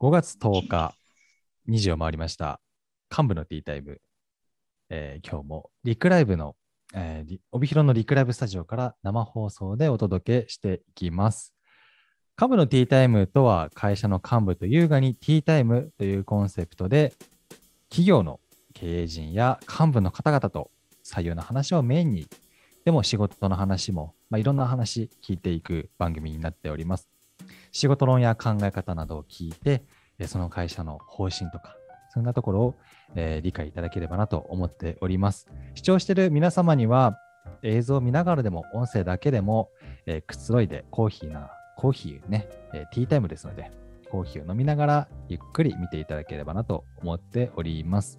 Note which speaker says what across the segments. Speaker 1: 5月10日、2時を回りました。幹部のティータイム。えー、今日もリクライブの、えー、帯広のリクライブスタジオから生放送でお届けしていきます。幹部のティータイムとは会社の幹部と優雅にティータイムというコンセプトで企業の経営陣や幹部の方々と採用の話をメインにでも仕事の話も、まあ、いろんな話聞いていく番組になっております。仕事論や考え方などを聞いて、その会社の方針とか、そんなところを、えー、理解いただければなと思っております。視聴している皆様には、映像を見ながらでも、音声だけでも、えー、くつろいでコーヒーな、コーヒーね、えー、ティータイムですので、コーヒーを飲みながらゆっくり見ていただければなと思っております。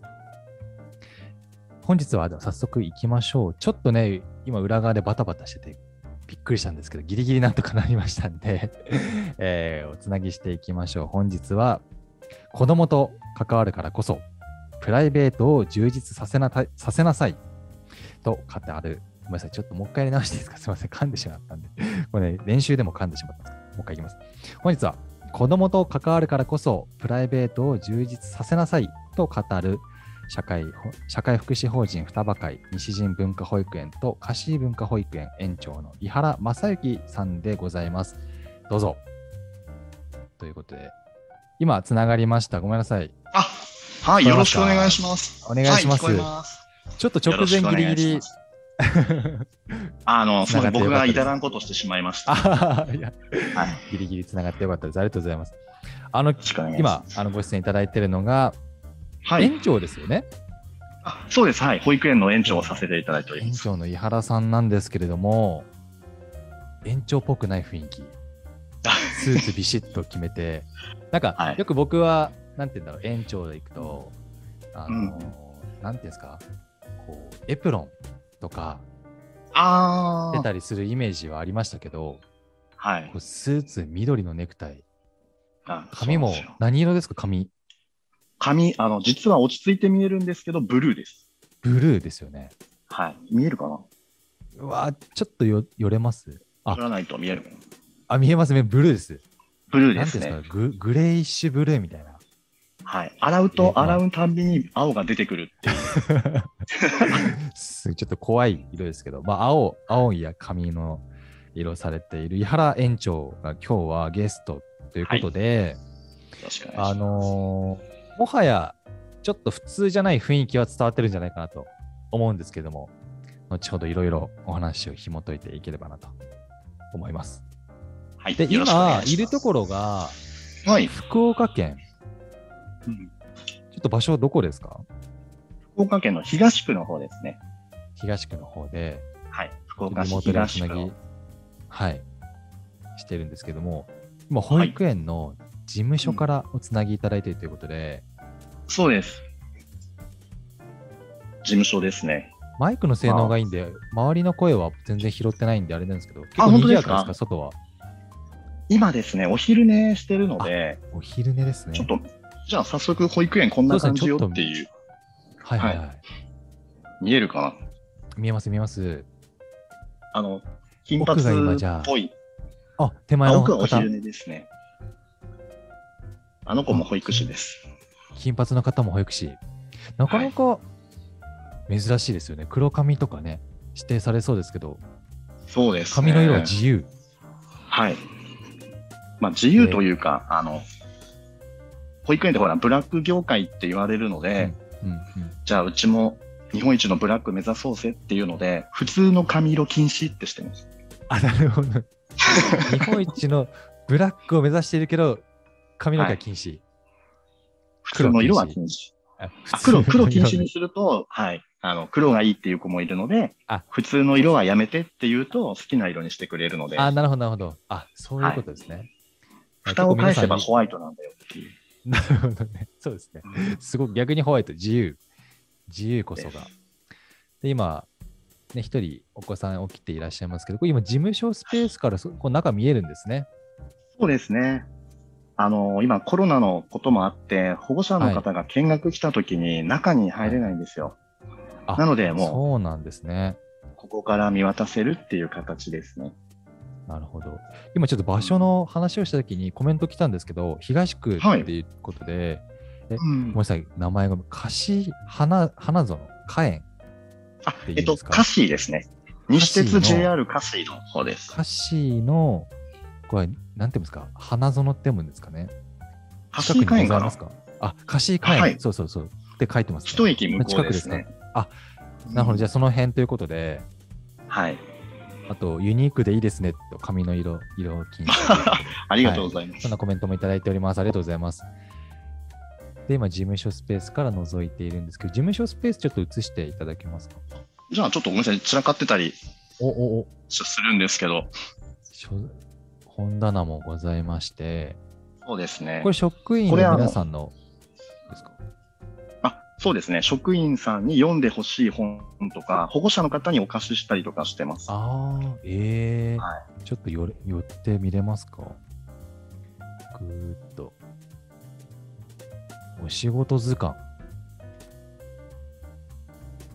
Speaker 1: 本日は早速行きましょう。ちょっとね、今裏側でバタバタしてて、びっくりしたんですけど、ギリギリなんとかなりましたんで えー、おつなぎしていきましょう。本日は、子供と関わるからこそ、プライベートを充実させなさせなさいと語る。ごめんなさい、ちょっともう一回やり直していいですかすい ません、噛んでしまったんで。これね、練習でも噛んでしまったんです。もう一回いきます。本日は、子供と関わるからこそ、プライベートを充実させなさいと語る。社会社会福祉法人双葉会西陣文化保育園と菓子文化保育園園長の井原正幸さんでございます。どうぞ。ということで、今つながりました。ごめんなさい。
Speaker 2: あはい、よろしくお願いします。
Speaker 1: お願いします。はい、ますちょっと直前ギリギリ。
Speaker 2: あの、すみません、僕が至らんことしてしまいました。はい、
Speaker 1: ギリギリつながってよかったです。ありがとうございます。あの、今、あのご出演いただいているのが、はい、園長ですよね。。
Speaker 2: あそうです、はい、保育園の園長をさせていただいております
Speaker 1: 園長の井原さんなんですけれども、園長っぽくない雰囲 気、スーツビシッと決めて、なんか、はい、よく僕は、なんて言うんだろう、園長で行くと、あの、うん、なんていうんですか、こうエプロンとか、出たりするイメージはありましたけど、
Speaker 2: はい、
Speaker 1: こうスーツ、緑のネクタイ、髪も何色ですか、髪。
Speaker 2: 髪、あの、実は落ち着いて見えるんですけど、ブルーです。
Speaker 1: ブルーですよね。
Speaker 2: はい。見えるかな
Speaker 1: うわちょっとよ、よれます
Speaker 2: あ、らないと見える
Speaker 1: あ、見えますね。ブルーです。
Speaker 2: ブルーですね。
Speaker 1: なんですかググレーイッシュブルーみたいな。
Speaker 2: はい。洗うと、洗うたんびに青が出てくるっていう。
Speaker 1: ちょっと怖い色ですけど、まあ、青、青いや髪の色されている井原園長が今日はゲストということで、
Speaker 2: はい、
Speaker 1: あのーもはやちょっと普通じゃない雰囲気は伝わってるんじゃないかなと思うんですけども、後ほどいろいろお話を紐解いていければなと思います。
Speaker 2: はい、
Speaker 1: で、今いるところが、
Speaker 2: はい、
Speaker 1: 福岡県、うん。ちょっと場所どこですか
Speaker 2: 福岡県の東区の方ですね。
Speaker 1: 東区の方で、
Speaker 2: はい、福岡市東区の
Speaker 1: はい、してるんですけども、今、保育園の、はい事務所からおつなぎいただいているということで、
Speaker 2: うん、そうです事務所ですね
Speaker 1: マイクの性能がいいんで、まあ、周りの声は全然拾ってないんであれなんですけど結
Speaker 2: 構賑やか
Speaker 1: ですか外は
Speaker 2: 今ですねお昼寝してるので
Speaker 1: お昼寝ですね
Speaker 2: ちょっとじゃあ早速保育園こんな感じよっていう、ね、
Speaker 1: はいはい、はい、
Speaker 2: 見えるか
Speaker 1: な見えます見えます
Speaker 2: あの金髪っぽい
Speaker 1: あ手前の
Speaker 2: 奥はお昼寝ですねあの子も保育士です。
Speaker 1: 金髪の方も保育士。なかなか珍しいですよね。はい、黒髪とかね、指定されそうですけど、
Speaker 2: そうです、
Speaker 1: ね、髪の色は自由。
Speaker 2: はい。まあ、自由というか、あの、保育園ってほら、ブラック業界って言われるので、うん、うんうん、じゃあ、うちも日本一のブラック目指そうぜっていうので、普通の髪色禁止ってしてます。
Speaker 1: あ、なるほど。 日本一のブラックを目指しているけど、髪の毛は禁止。はい、
Speaker 2: 普通の色は禁止。黒黒禁止にすると、はい、あの黒がいいっていう子もいるので普通の色はやめてっていうと好きな色にしてくれるので
Speaker 1: あなるほどなるほどあそういうことですね、はい、
Speaker 2: 蓋を返せばホワイトなんだよっていう
Speaker 1: なるほどねそうですねすごく逆にホワイト自由自由こそがで今ね一人お子さん起きていらっしゃいますけど今事務所スペースからそこ中見えるんですね
Speaker 2: そうですねあの、今コロナのこともあって、保護者の方が見学来た時に中に入れないんですよ。はい、なのでもう、
Speaker 1: そうなんですね。
Speaker 2: ここから見渡せるっていう形ですね。
Speaker 1: なるほど。今ちょっと場所の話をしたときにコメント来たんですけど、東区っていうことで、え
Speaker 2: う
Speaker 1: ごめ
Speaker 2: ん
Speaker 1: んなさい、名前が、菓子花、花園、花園、
Speaker 2: あ
Speaker 1: ていうん
Speaker 2: えっと、
Speaker 1: ですか
Speaker 2: カシーですね。西
Speaker 1: カ
Speaker 2: 鉄
Speaker 1: シーの
Speaker 2: JR カシーの方です。
Speaker 1: 菓子の、これ、なんていうんですか、花園って読むんですかね。
Speaker 2: カシー
Speaker 1: 近く
Speaker 2: 花
Speaker 1: に
Speaker 2: 園
Speaker 1: ござ
Speaker 2: か
Speaker 1: いま
Speaker 2: な
Speaker 1: すかあ、菓子花園、
Speaker 2: はい
Speaker 1: そうそうそう。って書いてます、
Speaker 2: 一駅向こうですね
Speaker 1: 近く。なるほど、じゃあその辺ということで、
Speaker 2: はい。
Speaker 1: あと、ユニークでいいですねと、髪の色、色金
Speaker 2: ありがとうございます。
Speaker 1: そんなコメントもいただいております。ありがとうございます。で、今、事務所スペースから覗いているんですけど、事務所スペースちょっと映していただけますか
Speaker 2: じゃあ、ちょっとごめんなさい。散らかってたり
Speaker 1: おおお
Speaker 2: するんですけど、
Speaker 1: 書本棚もございまして、
Speaker 2: そうですね
Speaker 1: これ、。職員
Speaker 2: これあ
Speaker 1: の
Speaker 2: の
Speaker 1: 皆さんのですか
Speaker 2: あ、そうですね。職員さんに読んでほしい本とか、保護者の方にお貸ししたりとかしてます。
Speaker 1: ああ、ええ
Speaker 2: は
Speaker 1: ちょっとよれ寄ってみれますかぐーっと。お仕事図鑑。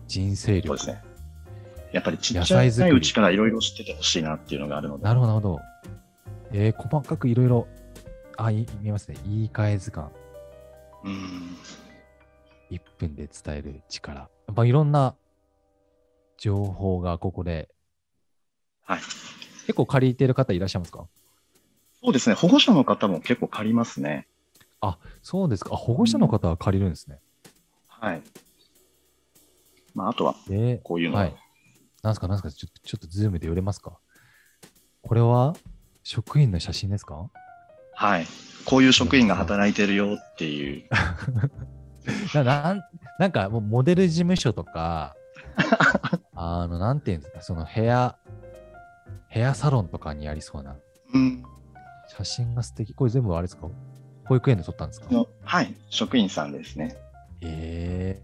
Speaker 1: 人生
Speaker 2: そう
Speaker 1: 力
Speaker 2: で。すね。やっぱりちっ
Speaker 1: 野
Speaker 2: ちゃい
Speaker 1: 菜作り
Speaker 2: うちからいろいろ知っててほしいなっていうのがあるので。
Speaker 1: なるほど、なるほど。えー、細かくいろいろ、あ、い見えますね。言い換え図鑑。
Speaker 2: うん。
Speaker 1: 1分で伝える力。やっぱいろんな情報がここで、
Speaker 2: はい。
Speaker 1: 結構借りてる方いらっしゃいますか
Speaker 2: そうですね。保護者の方も結構借りますね。
Speaker 1: そうですか。あ、保護者の方は借りるんですね。
Speaker 2: はい。まあ、あとは、
Speaker 1: で、
Speaker 2: こういうの。
Speaker 1: はい。なんすか、なんすか、ちょっと、ちょっとズームで寄れますか。これは職員の写真ですか。
Speaker 2: はい。こういう職員が働いてるよっていう。
Speaker 1: ななん、なんか、もうモデル事務所と か。あの、なんていうんですか、そのヘア。ヘアサロンとかにありそうな。
Speaker 2: うん。
Speaker 1: 写真が素敵、これ全部あれですか。保育園で撮ったんですか。
Speaker 2: のはい。職員さんですね。
Speaker 1: ええ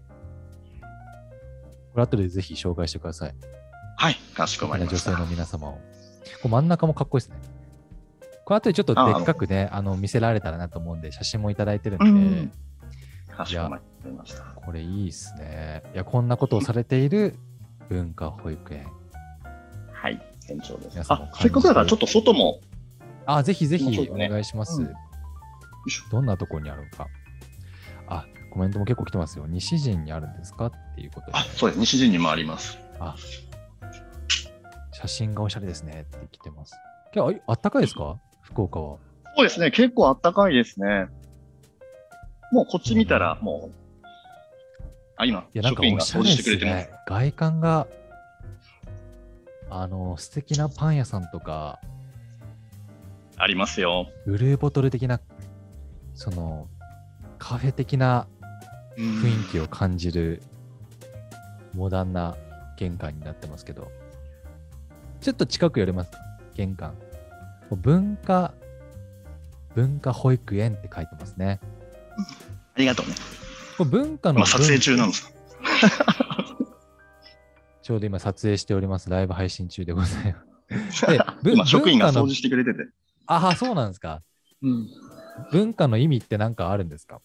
Speaker 1: これ後でぜひ紹介してください。
Speaker 2: はい。かしこまりま
Speaker 1: 女
Speaker 2: し
Speaker 1: 性
Speaker 2: た
Speaker 1: の。皆様を。こう真ん中もかっこいいですね。これ後でちょっとでっかくね、あの見せられたらなと思うんで、写真もいただいてるんで、
Speaker 2: うんかしこまりました。
Speaker 1: これいいですね。いや、こんなことをされている文化保育園。
Speaker 2: はい。店長で
Speaker 1: 皆
Speaker 2: す。
Speaker 1: さんも
Speaker 2: あ、せっかくだからちょっと外も。
Speaker 1: あ、ぜひぜ
Speaker 2: 面白
Speaker 1: ひ
Speaker 2: いで
Speaker 1: お
Speaker 2: すね
Speaker 1: 願いします。
Speaker 2: うんよいしょ
Speaker 1: どんなところにあるのか。あ、コメントも結構来てますよ。西陣にあるんですかっていうことで
Speaker 2: あ、、そうです。西陣にもあります。
Speaker 1: 写真がおしゃれですねって来てます。今日ああったかいですか福岡は。
Speaker 2: そうですね。結構あったかいですね。もうこっち見たら、もう、あ、今
Speaker 1: い、や、なんか
Speaker 2: 職員
Speaker 1: お
Speaker 2: が
Speaker 1: しゃ
Speaker 2: 掃
Speaker 1: れ
Speaker 2: 除し
Speaker 1: で
Speaker 2: て
Speaker 1: す
Speaker 2: くれてま
Speaker 1: ね。。
Speaker 2: す
Speaker 1: 外観が、あの、素敵なパン屋さんとか、
Speaker 2: ありますよ。
Speaker 1: ブルーボトル的な、その、カフェ的な雰囲気を感じる、モダンな玄関になってますけど、ちょっと近く寄れます、玄関。文化、文化保育園って書いてますね。
Speaker 2: ありがとうね。
Speaker 1: これ文化の文、
Speaker 2: 今撮影中なんです。
Speaker 1: ちょうど今撮影しております。ライブ配信中でございます。でぶ
Speaker 2: 今、職員が
Speaker 1: 文化
Speaker 2: 掃
Speaker 1: の
Speaker 2: 除してくれてて。
Speaker 1: ああ、そうなんですか。
Speaker 2: うん
Speaker 1: 文化の意味って何かあるんですか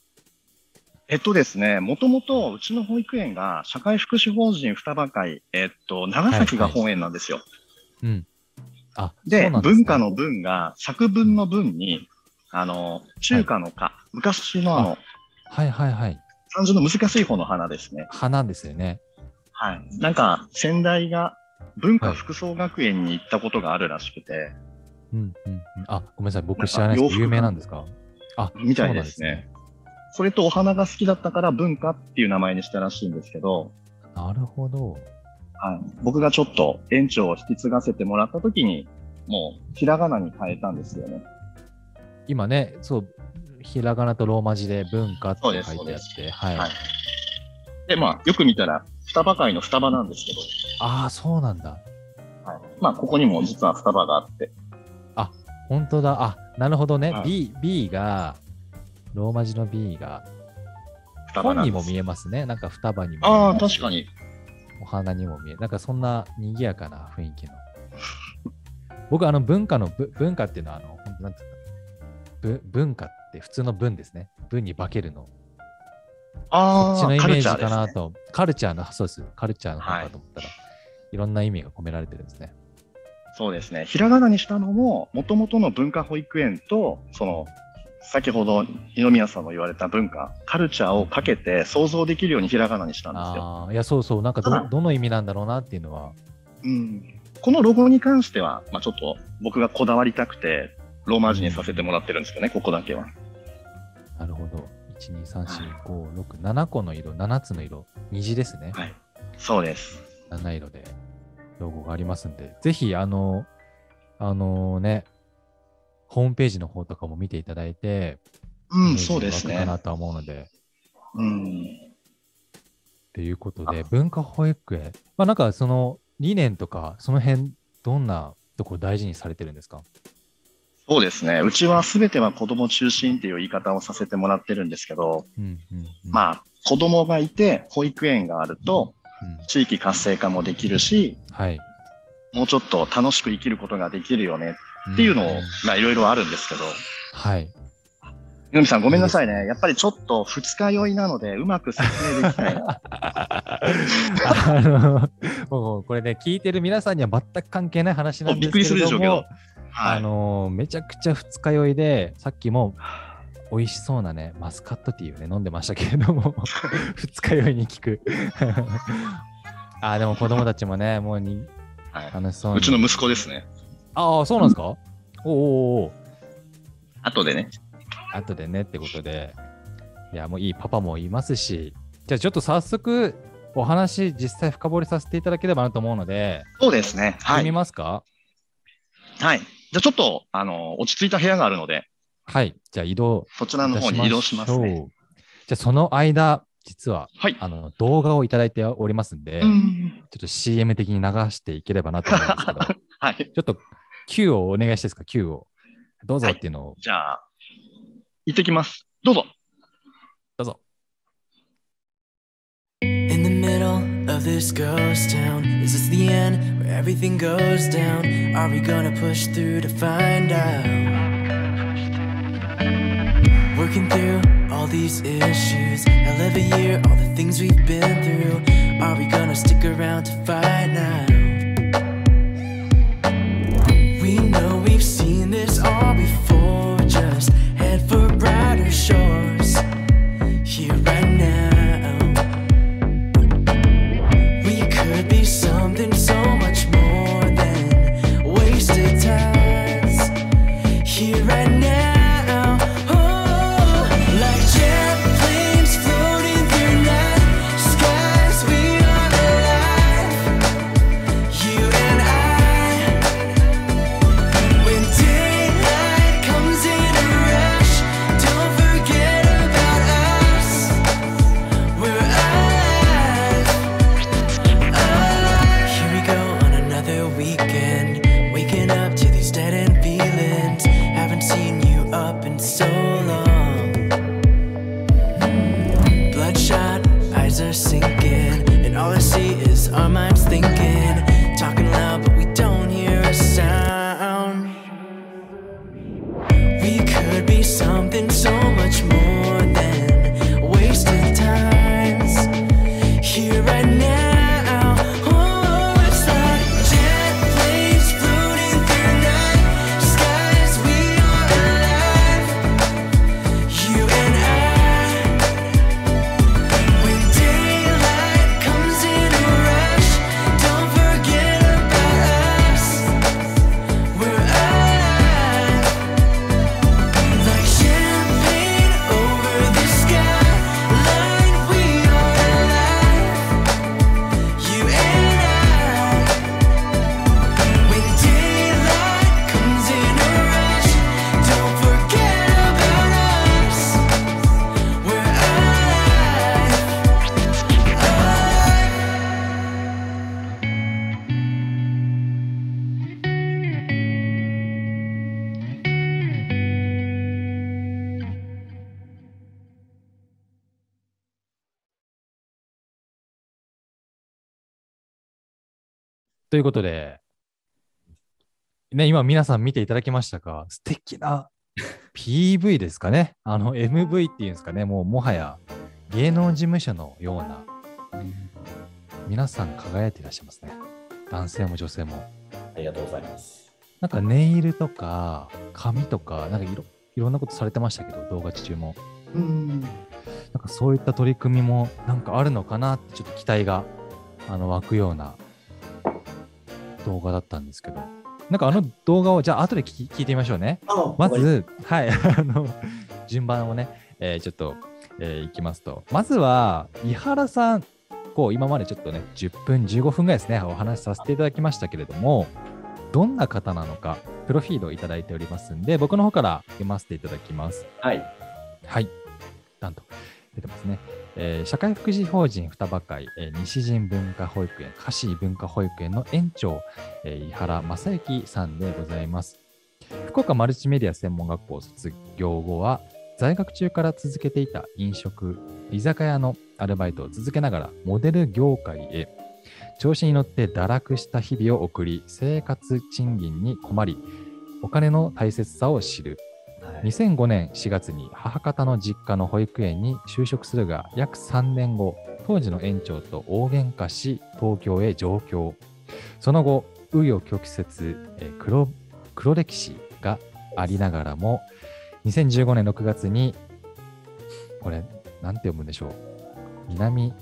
Speaker 2: えっとですね、もともとうちの保育園が社会福祉法人双葉会、えっと、長崎が本園なんですよ。
Speaker 1: うん。あ、
Speaker 2: で
Speaker 1: そうなんすね
Speaker 2: 文化の文が作文の文に、あの、中華の華、昔のあの、
Speaker 1: はいはいはい。
Speaker 2: 漢字の難しい方の花ですね。
Speaker 1: 花ですよね。
Speaker 2: はい。なんか、先代が文化服装学園に行ったことがあるらしくて、
Speaker 1: うんうんうん。あ、ごめんなさい。僕知らないですけど、有
Speaker 2: なんか洋服
Speaker 1: 名なんですかあ、
Speaker 2: みたいですねそれとお花が好きだったから文化っていう名前にしたらしいんですけど、
Speaker 1: そうなんですね。なるほど。
Speaker 2: はい、僕がちょっと園長を引き継がせてもらった時に、もうひらがなに変えたんですよね。
Speaker 1: 今ね、そう、ひらがなとローマ字で文化って
Speaker 2: そ
Speaker 1: 書
Speaker 2: う
Speaker 1: い
Speaker 2: です
Speaker 1: てあって、
Speaker 2: そう
Speaker 1: はい。
Speaker 2: はいで、まあ、よく見たら、双葉会の双葉なんですけど、
Speaker 1: ああ、そうなんだ。
Speaker 2: はい、まあ、ここにも実は双葉があって、
Speaker 1: 本当だ。あ、なるほどね。
Speaker 2: はい
Speaker 1: B、B が、ローマ字の B が、
Speaker 2: 双葉
Speaker 1: 本
Speaker 2: なん
Speaker 1: に
Speaker 2: で
Speaker 1: も
Speaker 2: す。
Speaker 1: 見えますね。なんか双葉にも見えます。
Speaker 2: ああ、確かに。
Speaker 1: お花にも見えなんかそんな賑やかな雰囲気の。僕、あの文化のぶ、文化っていうのは、あの、本当なんていうのぶ文化って普通の文ですね。文に化けるの。こ
Speaker 2: あ
Speaker 1: っ
Speaker 2: あ、
Speaker 1: ちのイメ
Speaker 2: カ
Speaker 1: ー
Speaker 2: ル
Speaker 1: ジ
Speaker 2: チャ
Speaker 1: か
Speaker 2: ーです
Speaker 1: な
Speaker 2: ね。
Speaker 1: と。カルチャーの、そうです。カルチャーの方かと思ったら、い、ろんな意味が込められてるんですね。
Speaker 2: そうですね。ひらがなにしたのも、もともとの文化保育園と、その、先ほど二宮さんも言われた文化、カルチャーをかけて想像できるようにひらがなにしたんですよ。
Speaker 1: ああ、いや、そうそう、なんか
Speaker 2: ただ
Speaker 1: ど、どの意味なんだろうなっていうのは。
Speaker 2: うん、このロゴに関しては、まあ、ちょっと僕がこだわりたくて、ローマ字にさせてもらってるんですけどね、ここだけは。
Speaker 1: なるほど。1、2、3、4、5、6、7個の色、7つの色、虹ですね。
Speaker 2: はい。そうです。
Speaker 1: 七色でロゴがありますんで、ぜひ、あの、あのね、ホームページの方とかも見ていただいて、
Speaker 2: う
Speaker 1: イメー
Speaker 2: ん、
Speaker 1: ジ
Speaker 2: そうです
Speaker 1: 湧くか
Speaker 2: ね。
Speaker 1: なとは思うので、
Speaker 2: うん。
Speaker 1: ということで、文化保育園、まあ、なんかその理念とか、その辺、どんなところ大事にされてるんですか
Speaker 2: そうですね。うちは全ては子供中心っていう言い方をさせてもらってるんですけど、
Speaker 1: うんうんうん
Speaker 2: まあ、子供がいて、保育園があると、
Speaker 1: うん
Speaker 2: 地域活性化もできるし、
Speaker 1: はい。
Speaker 2: もうちょっと楽しく生きることができるよねっていうのを
Speaker 1: ん、
Speaker 2: まあ、いろいろあるんですけど、
Speaker 1: はい。
Speaker 2: みのみさん、ごめんなさいね。やっぱりちょっと二日酔いなので、うまく説明でき ない。
Speaker 1: あの、もうこれね、聞いてる皆さんには全く関係ない話なんですけれども、
Speaker 2: びっくりするでしょうけどは
Speaker 1: あ
Speaker 2: い。
Speaker 1: のーめちゃくちゃ二日酔いで、さっきも美味しそうなね、マスカットティーをね、飲んでましたけれど も、二日酔いに効く。 あーでも子供たちもね、もうに
Speaker 2: はい
Speaker 1: 楽しそうに。
Speaker 2: うちの息子ですね。
Speaker 1: ああ、そうなんですか、おおおお。
Speaker 2: 後でね。
Speaker 1: 後でねってことで、いや、もういいパパもいますし、じゃあちょっと早速、お話、実際深掘りさせていただければなと思うので、
Speaker 2: そうですね。は
Speaker 1: 読み
Speaker 2: い。
Speaker 1: ますか
Speaker 2: はい。じゃあちょっと、あの、落ち着いた部屋があるので、
Speaker 1: はい。じゃあ移動
Speaker 2: そちらの方に移動します
Speaker 1: いたし
Speaker 2: ね。
Speaker 1: ょうじゃあその間、実は、
Speaker 2: はい。
Speaker 1: あの動画をいただいておりますんで、
Speaker 2: う
Speaker 1: ちょ
Speaker 2: ん。
Speaker 1: っと CM 的に流していければなと思うんで すけど、ち
Speaker 2: はい。
Speaker 1: ょっと Q をお願いしていいですか、Q を。どうぞっていうのを、
Speaker 2: じゃあ、行ってきます。どうぞ。
Speaker 1: どうぞ。
Speaker 3: In the middle of this ghost town, is this the end where everything goes down? Are we gonna push through to find out? Working through all these issues, hell of a year, all the things we've been through. Are we gonna stick around to fight now? We know we've seen this all before, just head for brighter shores. Here right now. We could be something so much more than wasted times here and now. Oh, like jet planes floating through night skies, we are alive. You and I. When daylight comes in a rush, don't forget about us. We're alive. Here we go on another weekend. Waking up to these dead end feelings. Haven't seen you up in so long. Bloodshot eyes are sinking, and all I see is our minds thinking. Talking loud, but we don't hear a sound. We could be something so much more than wasted times here and now. Oh, it's like jet planes floating through night skies. We are alive, you and I. When daylight comes in a rush, don't forget about us. We're alive. Like champagne over the skyline, we are alive. You and I. When daylight comes in a rush, don't forget about us. We're alive.
Speaker 1: ということで、ね、今皆さん見ていただきましたか素敵な PV ですかねあの MV っていうんですかねもうもはや芸能事務所のような皆さん輝いていらっしゃいますね。男性も女性も。
Speaker 2: ありがとうございます。
Speaker 1: なんかネイルとか髪とかなんかいろいろんなことされてましたけど動画中も
Speaker 4: うん。
Speaker 1: なんかそういった取り組みもなんかあるのかなってちょっと期待があの湧くような動画だったんですけどなんかあの動画をじゃあ後で聞き聞いてみましょうね
Speaker 2: あ
Speaker 1: ま、ず、はい、 あの順番をね、えーちょっと、えーいきますと、まずは、伊原さん、こう今までちょっとね、10分、15分ぐらいですね、お話しさせていただきましたけれども、どんな方なのか、プロフィールをいただいておりますんで、僕の方から読ませていただきます。
Speaker 2: はい。
Speaker 1: はい、なんと出てますね。えー社会福祉法人双葉会、えー西陣文化保育園、菓子文化保育園の園長、えー井原正幸さんでございます。福岡マルチメディア専門学校を卒業後は、在学中から続けていた飲食、居酒屋のアルバイトを続けながらモデル業界へ。調子に乗って堕落した日々を送り、生活賃金に困り、お金の大切さを知る。
Speaker 2: はい、
Speaker 1: 2005年4月に母方の実家の保育園に就職するが約3年後当時の園長と大喧嘩し東京へ上京その後紆余曲折えー黒黒歴史がありながらも2015年6月にこれなんて読むんでしょう南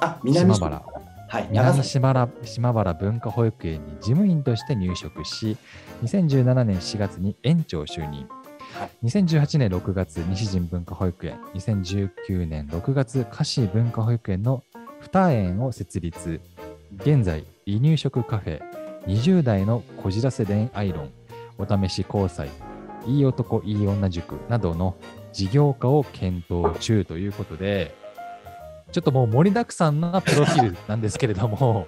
Speaker 2: あ、南
Speaker 1: 島
Speaker 2: 島
Speaker 1: 原
Speaker 2: はい、長
Speaker 1: 南
Speaker 2: 崎。
Speaker 1: 島原島原文化保育園に事務員として入職し2017年4月に園長就任
Speaker 2: はい
Speaker 1: 2018年6月西陣文化保育園2019年6月菓子文化保育園の2園を設立現在離乳食カフェ20代のこじらせ恋愛論お試し交際いい男いい女塾などの事業化を検討中ということでちょっともう盛りだくさんなプロフィールなんですけれど も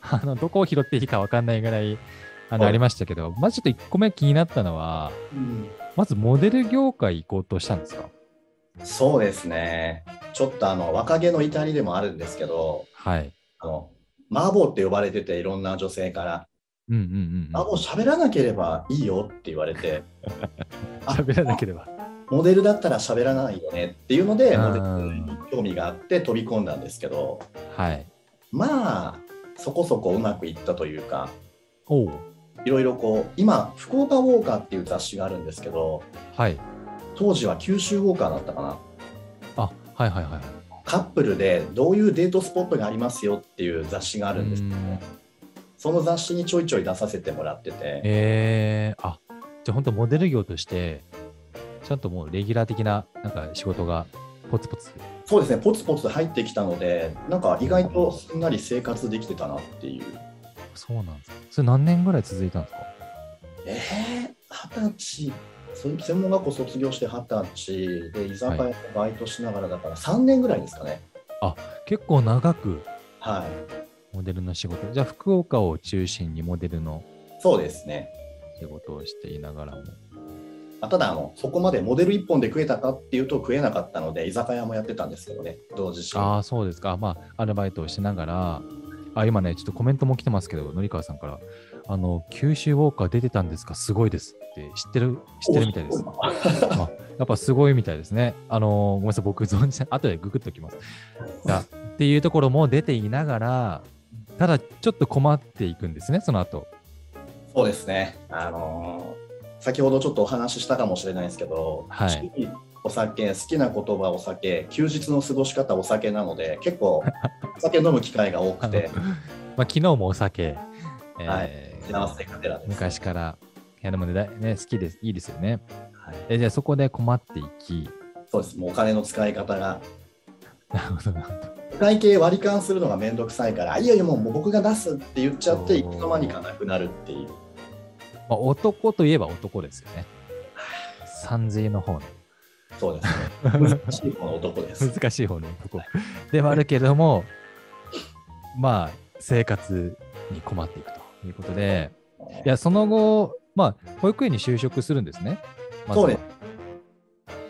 Speaker 1: あのどこを拾っていいか分かんないぐらいあの
Speaker 2: はい
Speaker 1: ありましたけどまずちょっと1個目気になったのは
Speaker 2: うん
Speaker 1: まずモデル業界行こうとしたんですか
Speaker 2: そうですね。ちょっとあの若気の至りでもあるんですけど、
Speaker 1: はい。
Speaker 2: あの麻婆って呼ばれてていろんな女性から、
Speaker 1: うんうんうん
Speaker 2: 麻
Speaker 1: うん。
Speaker 2: 婆喋らなければいいよって言われて、
Speaker 1: 喋らなければ。
Speaker 2: モデルだったら喋らないよねっていうので、
Speaker 1: うん
Speaker 2: モデルに興味があって飛び込んだんですけど、
Speaker 1: はい。
Speaker 2: まあ、そこそこうまくいったというか、
Speaker 1: おう。
Speaker 2: いろいろこう、今、福岡ウォーカーっていう雑誌があるんですけど、
Speaker 1: はい。
Speaker 2: 当時は九州ウォーカーだったかな。
Speaker 1: あ、はいはいはい。
Speaker 2: カップルでどういうデートスポットがありますよっていう雑誌があるんですけど、
Speaker 1: うん
Speaker 2: その雑誌にちょいちょい出させてもらってて、
Speaker 1: えー、あ、じゃあ本当モデル業として、ちゃんともうレギュラー的ななんか仕事がポツポツ。
Speaker 2: そうですね、ポツポツ入ってきたので、なんか意外とすんなり生活できてたなっていう。
Speaker 1: そうなんですか。それ何年ぐらい続いたんですか
Speaker 2: えー、二十歳、そういう専門学校卒業して二十歳で、居酒屋でバイトしながらだから、3年ぐらいですかね。
Speaker 1: 結構長く
Speaker 2: はい、
Speaker 1: モデルの仕事。じゃあ福岡を中心にモデルの
Speaker 2: そうですね。
Speaker 1: 仕事をしていながらも。
Speaker 2: あただあの、そこまでモデル一本で食えたかっていうと食えなかったので、居酒屋もやってたんですけどね、同時進
Speaker 1: ああ、そうですか。あまあ、アルバイトをしながら、あ、今ね、ちょっとコメントも来てますけど、紀川さんから、あの、九州ウォーカー出てたんですかすごいですって知ってる、知ってるみたいです。あやっぱすごいみたいですね。あのーごめんなさい、僕、存じない後でググっときます。だっていうところも出ていながら、ただ、ちょっと困っていくんですね、その後。
Speaker 2: そうですね。あのー先ほどちょっとお話ししたかもしれないですけど、
Speaker 1: はい
Speaker 2: 好きお酒、好きな言葉お酒、休日の過ごし方お酒なので、結構お酒飲む機会が多くて、
Speaker 1: まあ、昨日もお酒、
Speaker 2: はい
Speaker 1: えー
Speaker 2: 幸せカテラです。
Speaker 1: 昔から、いや、でもね、だいね好きです、いいですよね。
Speaker 2: はい
Speaker 1: えじゃあ、そこで困っていき、
Speaker 2: そうです。もうお金の使い方が、
Speaker 1: なるほどな。
Speaker 2: お会計割り勘するのがめんどくさいから、いやいやもうもう僕が出すって言っちゃって、いつの間にかなくなるっていう。
Speaker 1: まあ、男といえば男ですよね。三髄の方の
Speaker 2: そうですね。難しい方の男です。
Speaker 1: 難しい方の男ではあるけれども、まあ生活に困っていくということで、いやその後まあ保育園に就職するんですね。まずは
Speaker 2: そうで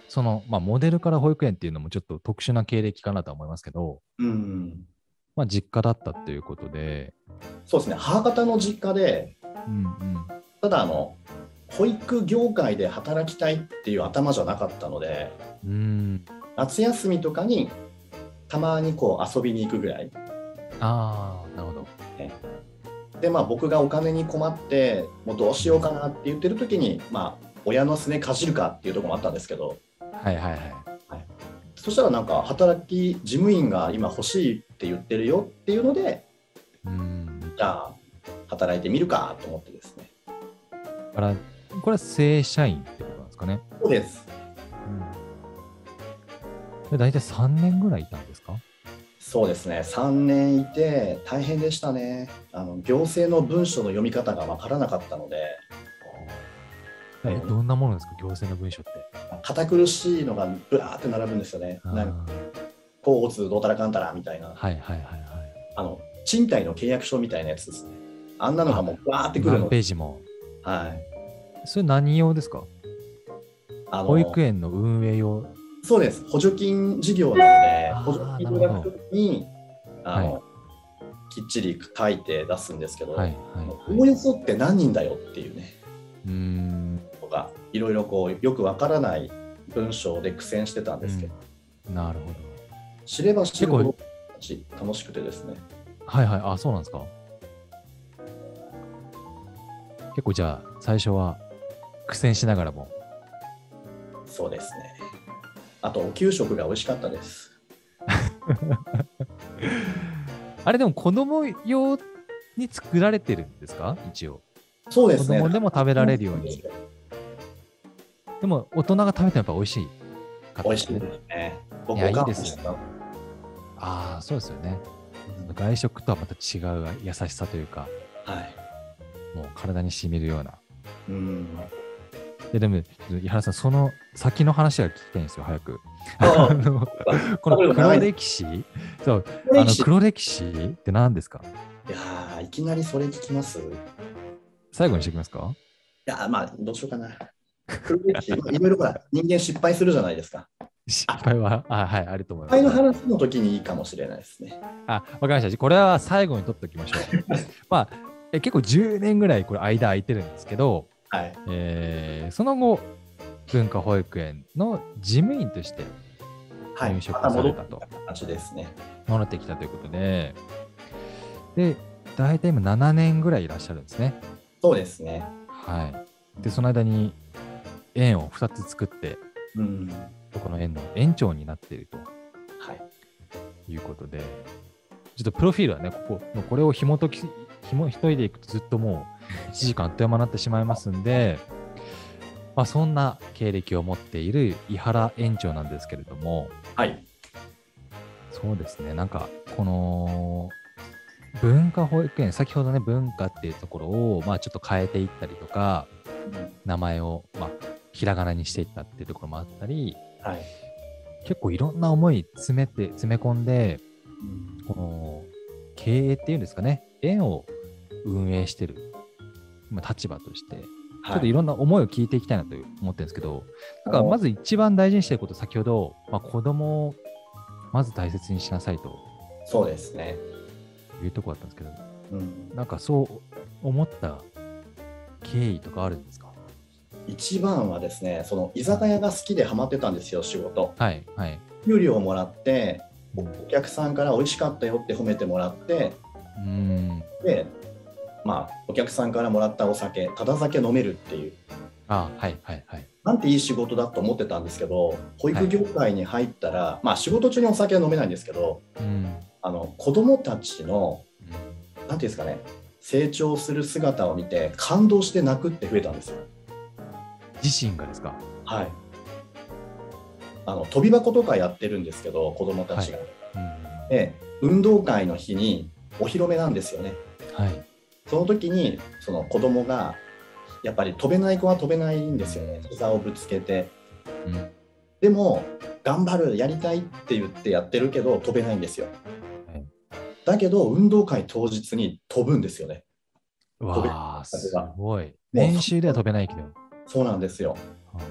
Speaker 1: そのまあモデルから保育園っていうのもちょっと特殊な経歴かなとは思いますけど、
Speaker 2: うん。
Speaker 1: まあ実家だったということで、
Speaker 2: そうですね。母方の実家で、
Speaker 1: うんうん、
Speaker 2: ただあの保育業界で働きたいっていう頭じゃなかったので
Speaker 1: うん、
Speaker 2: 夏休みとかにたまにこう遊びに行くぐらい
Speaker 1: ああなるほど。
Speaker 2: で、まあ、僕がお金に困って、もうどうしようかなって言ってる時に、まあ、親のすねかじるかっていうところもあったんですけど、
Speaker 1: はいはいはい。
Speaker 2: そしたらなんか、働き、事務員が今欲しいって言ってるよっていうので、
Speaker 1: うん。
Speaker 2: じゃあ、働いてみるかと思ってですね。
Speaker 1: だから、これは正社員ってことなんですかね。
Speaker 2: そうです。
Speaker 1: で大体3年ぐらいいたんですか
Speaker 2: そうですね3年いて大変でしたねあの行政の文書の読み方が分からなかったので
Speaker 1: えどんなものですか行政の文書って。
Speaker 2: 堅苦しいのがぶらーって並ぶんですよね
Speaker 1: あー
Speaker 2: なんか甲乙どうたらかんたらみたいな
Speaker 1: はいはいはいはい。
Speaker 2: あの賃貸の契約書みたいなやつですねあんなのがもうわーってくる
Speaker 1: 何
Speaker 2: の
Speaker 1: ペ
Speaker 2: で、
Speaker 1: ージも。
Speaker 2: はい、
Speaker 1: それ何用ですか
Speaker 2: あの
Speaker 1: 保育園の運営用。
Speaker 2: そうです補助金事業なので
Speaker 1: あー
Speaker 2: 補助金を出す時にあの、
Speaker 1: は
Speaker 2: きっちり書いて出すんですけど、
Speaker 1: はい
Speaker 2: お
Speaker 1: はい、
Speaker 2: お
Speaker 1: はい。
Speaker 2: よそって何人だよっていうね
Speaker 1: うーん
Speaker 2: とかいろいろこうよくわからない文章で苦戦してたんですけど、
Speaker 1: なるほど。
Speaker 2: 知れば知るほ
Speaker 1: 結
Speaker 2: ど楽しくてですね
Speaker 1: はいはい。あ、そうなんですか。結構じゃあ、最初は苦戦しながらも。
Speaker 2: そうですねあとお給食が美味しかったです
Speaker 1: あれでも子供用に作られてるんですか一応。
Speaker 2: そうで
Speaker 1: 子
Speaker 2: すね
Speaker 1: 供でも食べられるように。
Speaker 2: 美
Speaker 1: でも大人が食べてもやっぱ美味しい。
Speaker 2: 味しいですね僕
Speaker 1: いや
Speaker 2: お母
Speaker 1: いい
Speaker 2: さん
Speaker 1: ですよああ、そうですよね。外食とはまた違う優しさというか、
Speaker 2: はい
Speaker 1: もう体に染みるような。
Speaker 2: うん
Speaker 1: ででも、井原さん、その先の話が聞きたいんですよ、早く。
Speaker 2: あ
Speaker 1: あのこの黒歴史そう
Speaker 2: これ
Speaker 1: あ
Speaker 2: いい
Speaker 1: の
Speaker 2: し
Speaker 1: 黒歴史って何ですか
Speaker 2: いやーいきなりそれ聞きますい
Speaker 1: 最後にしておきますか
Speaker 2: やーまあどうしようかな黒歴史いろいろほら人間失敗するじゃないで すか
Speaker 1: 失敗は、あはい、あると思い
Speaker 2: 失
Speaker 1: ます。
Speaker 2: 敗の話の時にいいかもしれないですね
Speaker 1: あ、わかりました。これは最後に取っておきましょう。まあ、え結構10年ぐらいこれ間空いてるんですけど、
Speaker 2: はい
Speaker 1: えーその後、文化保育園の事務員として
Speaker 2: は
Speaker 1: 入
Speaker 2: い
Speaker 1: 職
Speaker 2: また
Speaker 1: さ
Speaker 2: 戻
Speaker 1: れ
Speaker 2: った
Speaker 1: と、
Speaker 2: た感じですね
Speaker 1: 戻ってきたということで、で、大体今7年ぐらいいらっしゃるんですね。
Speaker 2: そうですね
Speaker 1: はい。で、その間に園を2つ作って、
Speaker 2: うん
Speaker 1: この園の園長になっていると
Speaker 2: はい
Speaker 1: いうことで、ちょっとプロフィールはね、こここれを紐解き、紐一人でいくとずっともう1時間あっという間になってしまいますんで、まあ、そんな経歴を持っている井原園長なんですけれども、
Speaker 2: はい。
Speaker 1: そうですね、なんかこの文化保育園、先ほどね、文化っていうところを、まあ、ちょっと変えていったりとか、名前を、まあ、ひらがなにしていったっていうところもあったり、
Speaker 2: はい。
Speaker 1: 結構いろんな思い詰めて、詰め込んで、この経営っていうんですかね、園を運営してる、まあ、立場として、ちょっといろんな思いを聞いていきたいなと思ってるんですけど、だからまず一番大事にしてること、先ほど、まあ、子供をまず大切にしなさいと
Speaker 2: そうですね。
Speaker 1: いうところだったんですけど、
Speaker 2: うん、
Speaker 1: なんかそう思った経緯とかあるんですか
Speaker 2: 一番はですね、その居酒屋が好きでハマってたんですよ、仕事。
Speaker 1: はい、はい。
Speaker 2: 給料をもらって、お客さんから美味しかったよって褒めてもらって、
Speaker 1: うん。
Speaker 2: で、まあ、お客さんからもらったお酒、ただ酒飲めるっていう、
Speaker 1: あ、はい、はい、はい。
Speaker 2: なんていい仕事だと思ってたんですけど、保育業界に入ったら、まあ、仕事中にお酒は飲めないんですけど、
Speaker 1: うん。
Speaker 2: あの子供たちの、なんていうんですかね、成長する姿を見て、感動して泣くって増えたんですよ。
Speaker 1: 自身がですか
Speaker 2: はい、あの飛び箱とかやってるんですけど子どもたちが、
Speaker 1: うん。
Speaker 2: で運動会の日にお披露目なんですよね
Speaker 1: はい。
Speaker 2: その時にその子どもがやっぱり飛べない子は飛べないんですよね膝をぶつけて
Speaker 1: うん。
Speaker 2: でも頑張るやりたいって言ってやってるけど飛べないんですよ、
Speaker 1: はい
Speaker 2: だけど運動会当日に飛ぶんですよねべ
Speaker 1: わあ、すごい。
Speaker 2: べない
Speaker 1: 練習では飛べないけど。
Speaker 2: そうなんですよ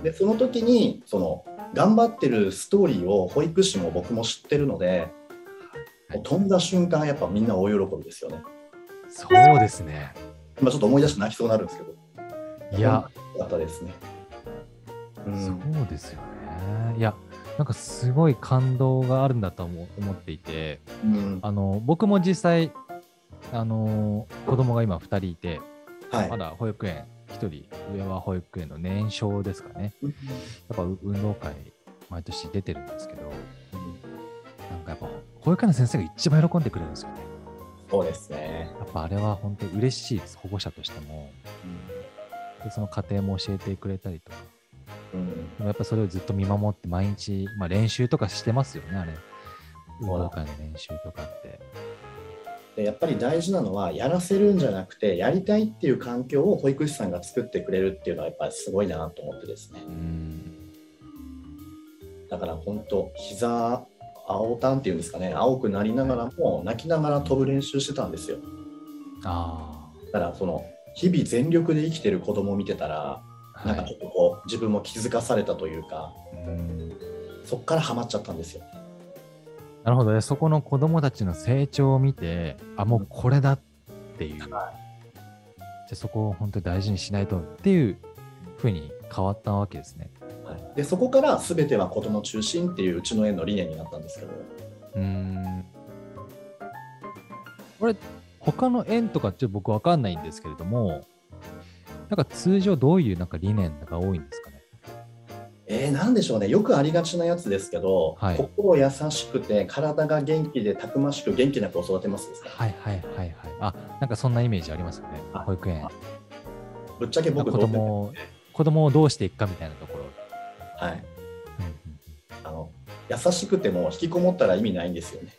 Speaker 2: でその時にその頑張ってるストーリーを保育士も僕も知ってるので、
Speaker 1: はい
Speaker 2: 飛んだ瞬間やっぱみんな大喜びですよね
Speaker 1: そうですね。
Speaker 2: 今ちょっと思い出して泣きそうになるんですけど
Speaker 1: いや、
Speaker 2: だったですね、う
Speaker 1: そ
Speaker 2: ん、
Speaker 1: うですよね。いや、なんかすごい感動があるんだと思思っていて、
Speaker 2: うん
Speaker 1: あの、僕も実際、あのー子供が今2人いて、
Speaker 2: はい
Speaker 1: ま。だ保育園1人、上は保育園の年少ですかね。
Speaker 2: うん
Speaker 1: やっぱう運動会、毎年出てるんですけど、なんかやっぱ保育園の先生が一番喜んでくれるんですよね。
Speaker 2: そうですね。
Speaker 1: やっぱあれは本当に嬉しいです、保護者としても。でその家庭も教えてくれたりとか、
Speaker 2: うん。
Speaker 1: でもやっぱそれをずっと見守って、毎日、まあ、練習とかしてますよね、あれ。運動会の練習とかって。
Speaker 2: でやっぱり大事なのはやらせるんじゃなくてやりたいっていう環境を保育士さんが作ってくれるっていうのはやっぱりすごいなと思ってですね
Speaker 1: うん
Speaker 2: だから本当膝青タンっていうんですかね青くなりながらも泣きながら飛ぶ練習してたんですよ
Speaker 1: あ
Speaker 2: だからその日々全力で生きてる子供を見てたら
Speaker 1: あ、
Speaker 2: なんかちょっとこう自分も気づかされたというか
Speaker 1: うん
Speaker 2: そっからハマっちゃったんですよ
Speaker 1: なるほどね、そこの子供たちの成長を見て、あ、もうこれだっていう。じゃあそこを本当に大事にしないとっていうふうに変わったわけですね。
Speaker 2: はい、でそこから全ては子供中心っていううちの園の理念になったんですけど
Speaker 1: うーん。これ、他の園とかちょっと僕わかんないんですけれども、なんか通常どういうなんか理念が多いんですかね。
Speaker 2: えー、なんでしょうねよくありがちなやつですけど、
Speaker 1: はい
Speaker 2: 心優しくて体が元気でたくましく元気な子を育てますですね
Speaker 1: はいはいはいはい。あ、なんかそんなイメージありますよね。
Speaker 2: あ
Speaker 1: 保育園。
Speaker 2: ぶっちゃけ
Speaker 1: 子
Speaker 2: 僕どう
Speaker 1: 供を、子供をどうしていくかみたいなところ。
Speaker 2: ではい、
Speaker 1: うんうん
Speaker 2: あの優しくても引きこもったら意味ないんですよね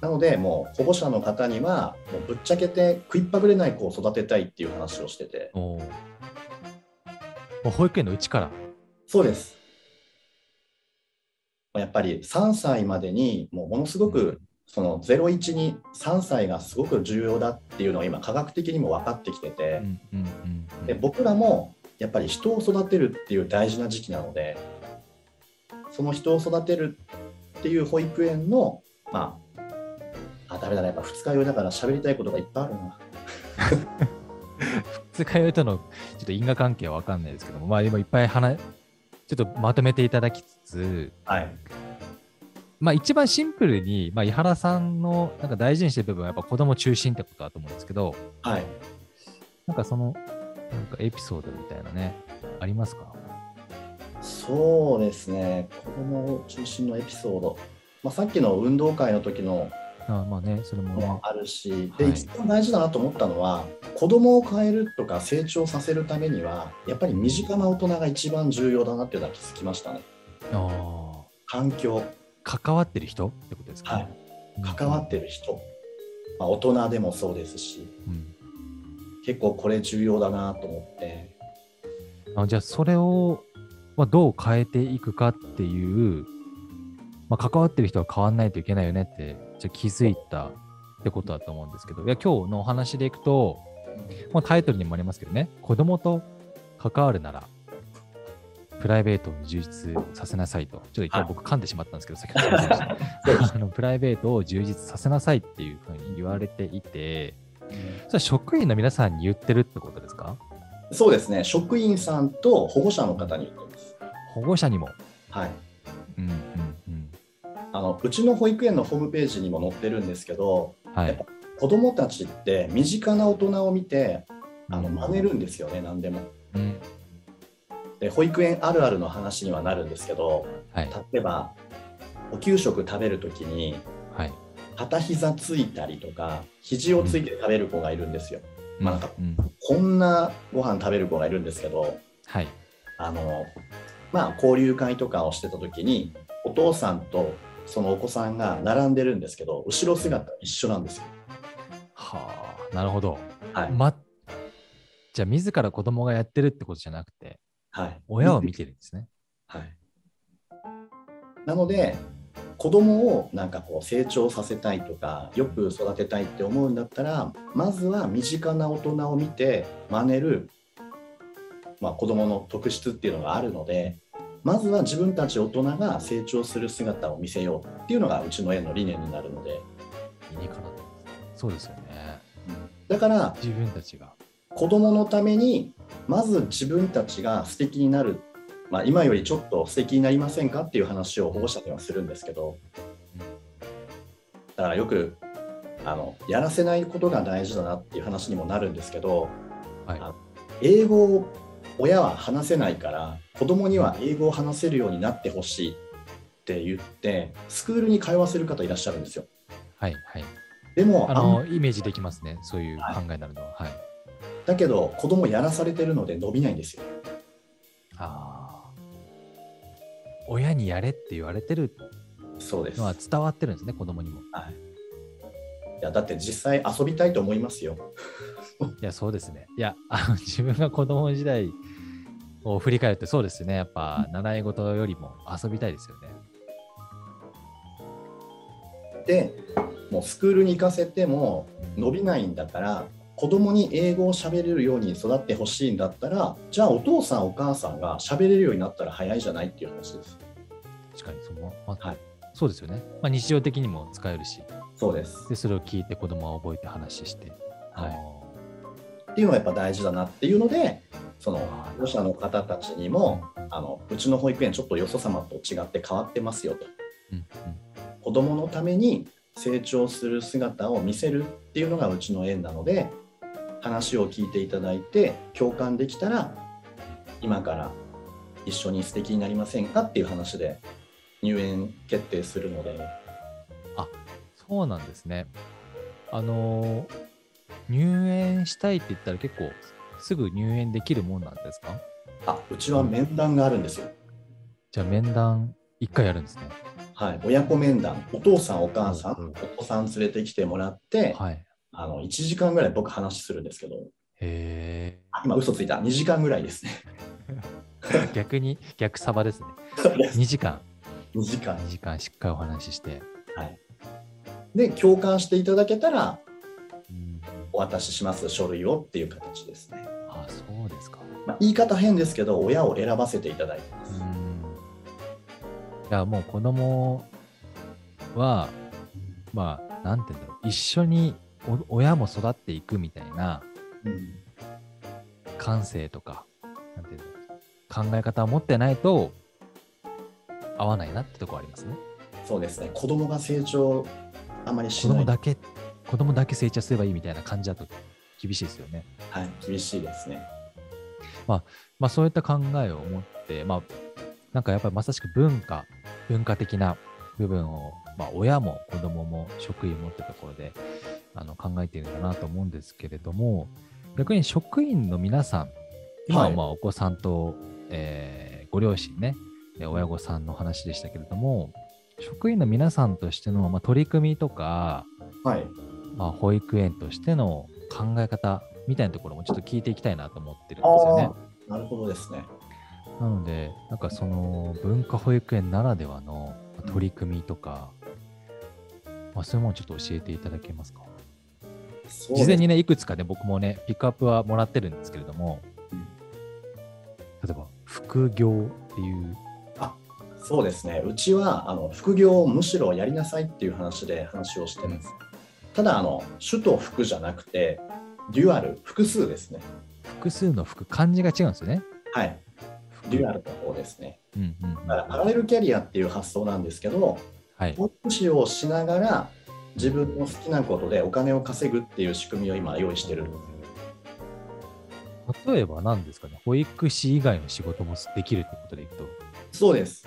Speaker 2: なのでもう保護者の方にはもうぶっちゃけて食いっぱぐれない子を育てたいっていう話をしてて
Speaker 1: おーもう保育園のうちから。
Speaker 2: そうですまあやっぱり3歳までにもうものすごく、その01に3歳がすごく重要だっていうのは今科学的にも分かってきて
Speaker 1: う
Speaker 2: て、
Speaker 1: んうんうんうん
Speaker 2: で僕らもやっぱり人を育てるっていう大事な時期なのでその人を育てるっていう保育園のまああダメだなやっぱ二日酔いだから喋りたいことがいっぱいあるな
Speaker 1: 二日酔いとのちょっと因果関係は分かんないですけども、まあ、今いっぱい話、ちょっとまとめていただきつつ、
Speaker 2: はい
Speaker 1: まあ、一番シンプルに、まあ、井原さんのなんか大事にしてる部分はやっぱ子供中心ってことだと思うんですけど、
Speaker 2: はい
Speaker 1: なんかその、なんかエピソードみたいなね、ありますか
Speaker 2: そうですね子供中心のエピソード、まあ、さっきの運動会の時の
Speaker 1: あまあね、それもね
Speaker 2: も。あるし、
Speaker 1: は
Speaker 2: で
Speaker 1: い
Speaker 2: 一番大事だなと思ったのは子供を変えるとか成長させるためにはやっぱり身近な大人が一番重要だなっていうのは気づきましたね
Speaker 1: あ
Speaker 2: 環境
Speaker 1: ー関わってる人ってことですか、
Speaker 2: はい関わってる人、まあ、大人でもそうですし
Speaker 1: うん
Speaker 2: 結構これ重要だなと思って
Speaker 1: あじゃあそれを、まあ、どう変えていくかっていう、まあ、関わってる人は変わんないといけないよねってじゃあ気づいたってことだと思うんですけどいや今日のお話でいくと、まあ、タイトルにもありますけどね子供と関わるならプライベートを充実させなさいとちょっと一回僕噛んでしまったんで すけど、先ほどすいませんでしたあのプライベートを充実させなさいっていうふうに言われていてそれは職員の皆さんに言ってるってことですか
Speaker 2: そうですね職員さんと保護者の方に言ってます、
Speaker 1: 保護者にも
Speaker 2: はい、
Speaker 1: うんうんうん
Speaker 2: あのうちの保育園のホームページにも載ってるんですけど
Speaker 1: は
Speaker 2: やっ
Speaker 1: い
Speaker 2: ぱ。子どもたちって身近な大人を見てあの
Speaker 1: うん
Speaker 2: 真似るんですよね何でも
Speaker 1: うん
Speaker 2: で保育園あるあるの話にはなるんですけど
Speaker 1: はい。
Speaker 2: 例えばお給食食べるときに
Speaker 1: はい。
Speaker 2: 片膝ついたりとか肘をついて食べる子がいるんですよ、まあなんか
Speaker 1: うん
Speaker 2: こんなご飯食べる子がいるんですけど
Speaker 1: はい。
Speaker 2: あのまあ交流会とかをしてた時にお父さんとそのお子さんが並んでるんですけど後ろ姿一緒なんですよ。
Speaker 1: はあ、なるほど。
Speaker 2: はい
Speaker 1: ま、じゃあ、自ら子供がやってるってことじゃなくて、
Speaker 2: はい、
Speaker 1: 親を見てるんですね。
Speaker 2: はい、なので子供をなんかこう成長させたいとかよく育てたいって思うんだったらまずは身近な大人を見て真似る、まあ、子供の特質っていうのがあるのでまずは自分たち大人が成長する姿を見せようっていうのがうちの園の理念になるので
Speaker 1: 理にかなってます。そうですよね。
Speaker 2: だから
Speaker 1: 自分たちが。
Speaker 2: 子供のためにまず自分たちが素敵になる、まあ、今よりちょっと素敵になりませんかっていう話を保護者にはするんですけどだからよくあのやらせないことが大事だなっていう話にもなるんですけど、
Speaker 1: はい
Speaker 2: あ英語を親は話せないから子供には英語を話せるようになってほしいって言ってスクールに通わせる方いらっしゃるんですよ。
Speaker 1: はいはい。
Speaker 2: でも
Speaker 1: あ
Speaker 2: あん
Speaker 1: の、イメージできますね。そういう考えになるのは。はい。
Speaker 2: だけど子供やらされてるので伸びないんですよ。
Speaker 1: ああ。親にやれって言われてる
Speaker 2: そうです。
Speaker 1: のは伝わってるんですね、子供にも。
Speaker 2: はい、いやだって実際遊びたいと思いますよ。
Speaker 1: いや、そうですね。いや、あの自分が子供時代を振り返るってそうですね。やっぱ、習い事よりも遊びたいですよね。
Speaker 2: でもうスクールに行かせても伸びないんだから子供に英語を喋れるように育ってほしいんだったらじゃあお父さんお母さんが喋れるようになったら早いじゃないっていう話です。
Speaker 1: 確かにその、ま
Speaker 2: はい
Speaker 1: そうですよね。まあ、日常的にも使えるし、
Speaker 2: そうです
Speaker 1: でそれを聞いて子供は覚えて話して。
Speaker 2: はい
Speaker 1: い、
Speaker 2: っていうのがやっぱ大事だなっていうのでその
Speaker 1: あー
Speaker 2: 保護者の方たちにもあのうちの保育園ちょっとよそ様と違って変わってますよと
Speaker 1: うんうん、
Speaker 2: 子供のために成長する姿を見せるっていうのがうちの園なので話を聞いていただいて共感できたら今から一緒に素敵になりませんかっていう話で入園決定するので
Speaker 1: そうなんですね。あのー入園したいって言ったら結構すぐ入園できるもんなんですか
Speaker 2: あうちは面談があるんですよ。
Speaker 1: じゃあ面談1回やるんですね。
Speaker 2: はい、親子面談お父さんお母さ
Speaker 1: うんうん
Speaker 2: んお子さん連れてきてもらって、
Speaker 1: はい。へ
Speaker 2: あの1時間ぐらい僕話するんですけど
Speaker 1: え。
Speaker 2: あ今嘘ついた2時間ぐらいですね
Speaker 1: 逆に逆サバですね。2時間、
Speaker 2: 2時間
Speaker 1: 2時間しっかりお話しして。
Speaker 2: で共感していただけたら
Speaker 1: うん、
Speaker 2: お渡しします書類をっていう形ですね、
Speaker 1: あ、そうですか。
Speaker 2: まあ、言い方変ですけど親を選ばせていただいてます、
Speaker 1: うん。いや、もう子供は、まあ、なんて言うんだろう、一緒にお親も育っていくみたいな
Speaker 2: うん
Speaker 1: 感性とか、なんていうの、考え方を持ってないと、合わないなってとこありますね。
Speaker 2: そうですね子供が成長あまりし
Speaker 1: 子
Speaker 2: な
Speaker 1: 供
Speaker 2: い、
Speaker 1: だけ、子供だけ成長すればいいみたいな感じだと厳しいですよね。
Speaker 2: はい、厳しいですね
Speaker 1: まあ、そういった考えを持って、まあ、なんかやっぱりまさしく文化、文化的な部分を、まあ、親も子供も職員もってところであの考えているんだなと思うんですけれども、逆に職員の皆さん、今は
Speaker 2: はい
Speaker 1: まあお子さんと、えーご両親ね、えー親御さんの話でしたけれども、職員の皆さんとしての、まあ、取り組みとか、
Speaker 2: はい
Speaker 1: まあ、保育園としての考え方みたいなところもちょっと聞いていきたいなと思ってるんですよね
Speaker 2: あ。ーなるほどですね
Speaker 1: なので、なんかその文化保育園ならではの取り組みとか、まあ、そういうものをちょっと教えていただけますか。
Speaker 2: そう
Speaker 1: 事前にね、いくつかね、僕もね、ピックアップはもらってるんですけれども、
Speaker 2: うん
Speaker 1: 例えば、副業っていう、
Speaker 2: そうですねうちはあの副業をむしろやりなさいっていう話で話をしてます、ただあの主と副じゃなくてデュアル複数ですね
Speaker 1: 複数の副、漢字が違うんですよね。
Speaker 2: はい
Speaker 1: 副
Speaker 2: デュアルの方ですね
Speaker 1: うんうんうん
Speaker 2: だからパラレルキャリアっていう発想なんですけど
Speaker 1: はい。
Speaker 2: 保育士をしながら自分の好きなことでお金を稼ぐっていう仕組みを今用意してる
Speaker 1: 例えば何ですかね、保育士以外の仕事もできるってことでいくと、
Speaker 2: そうです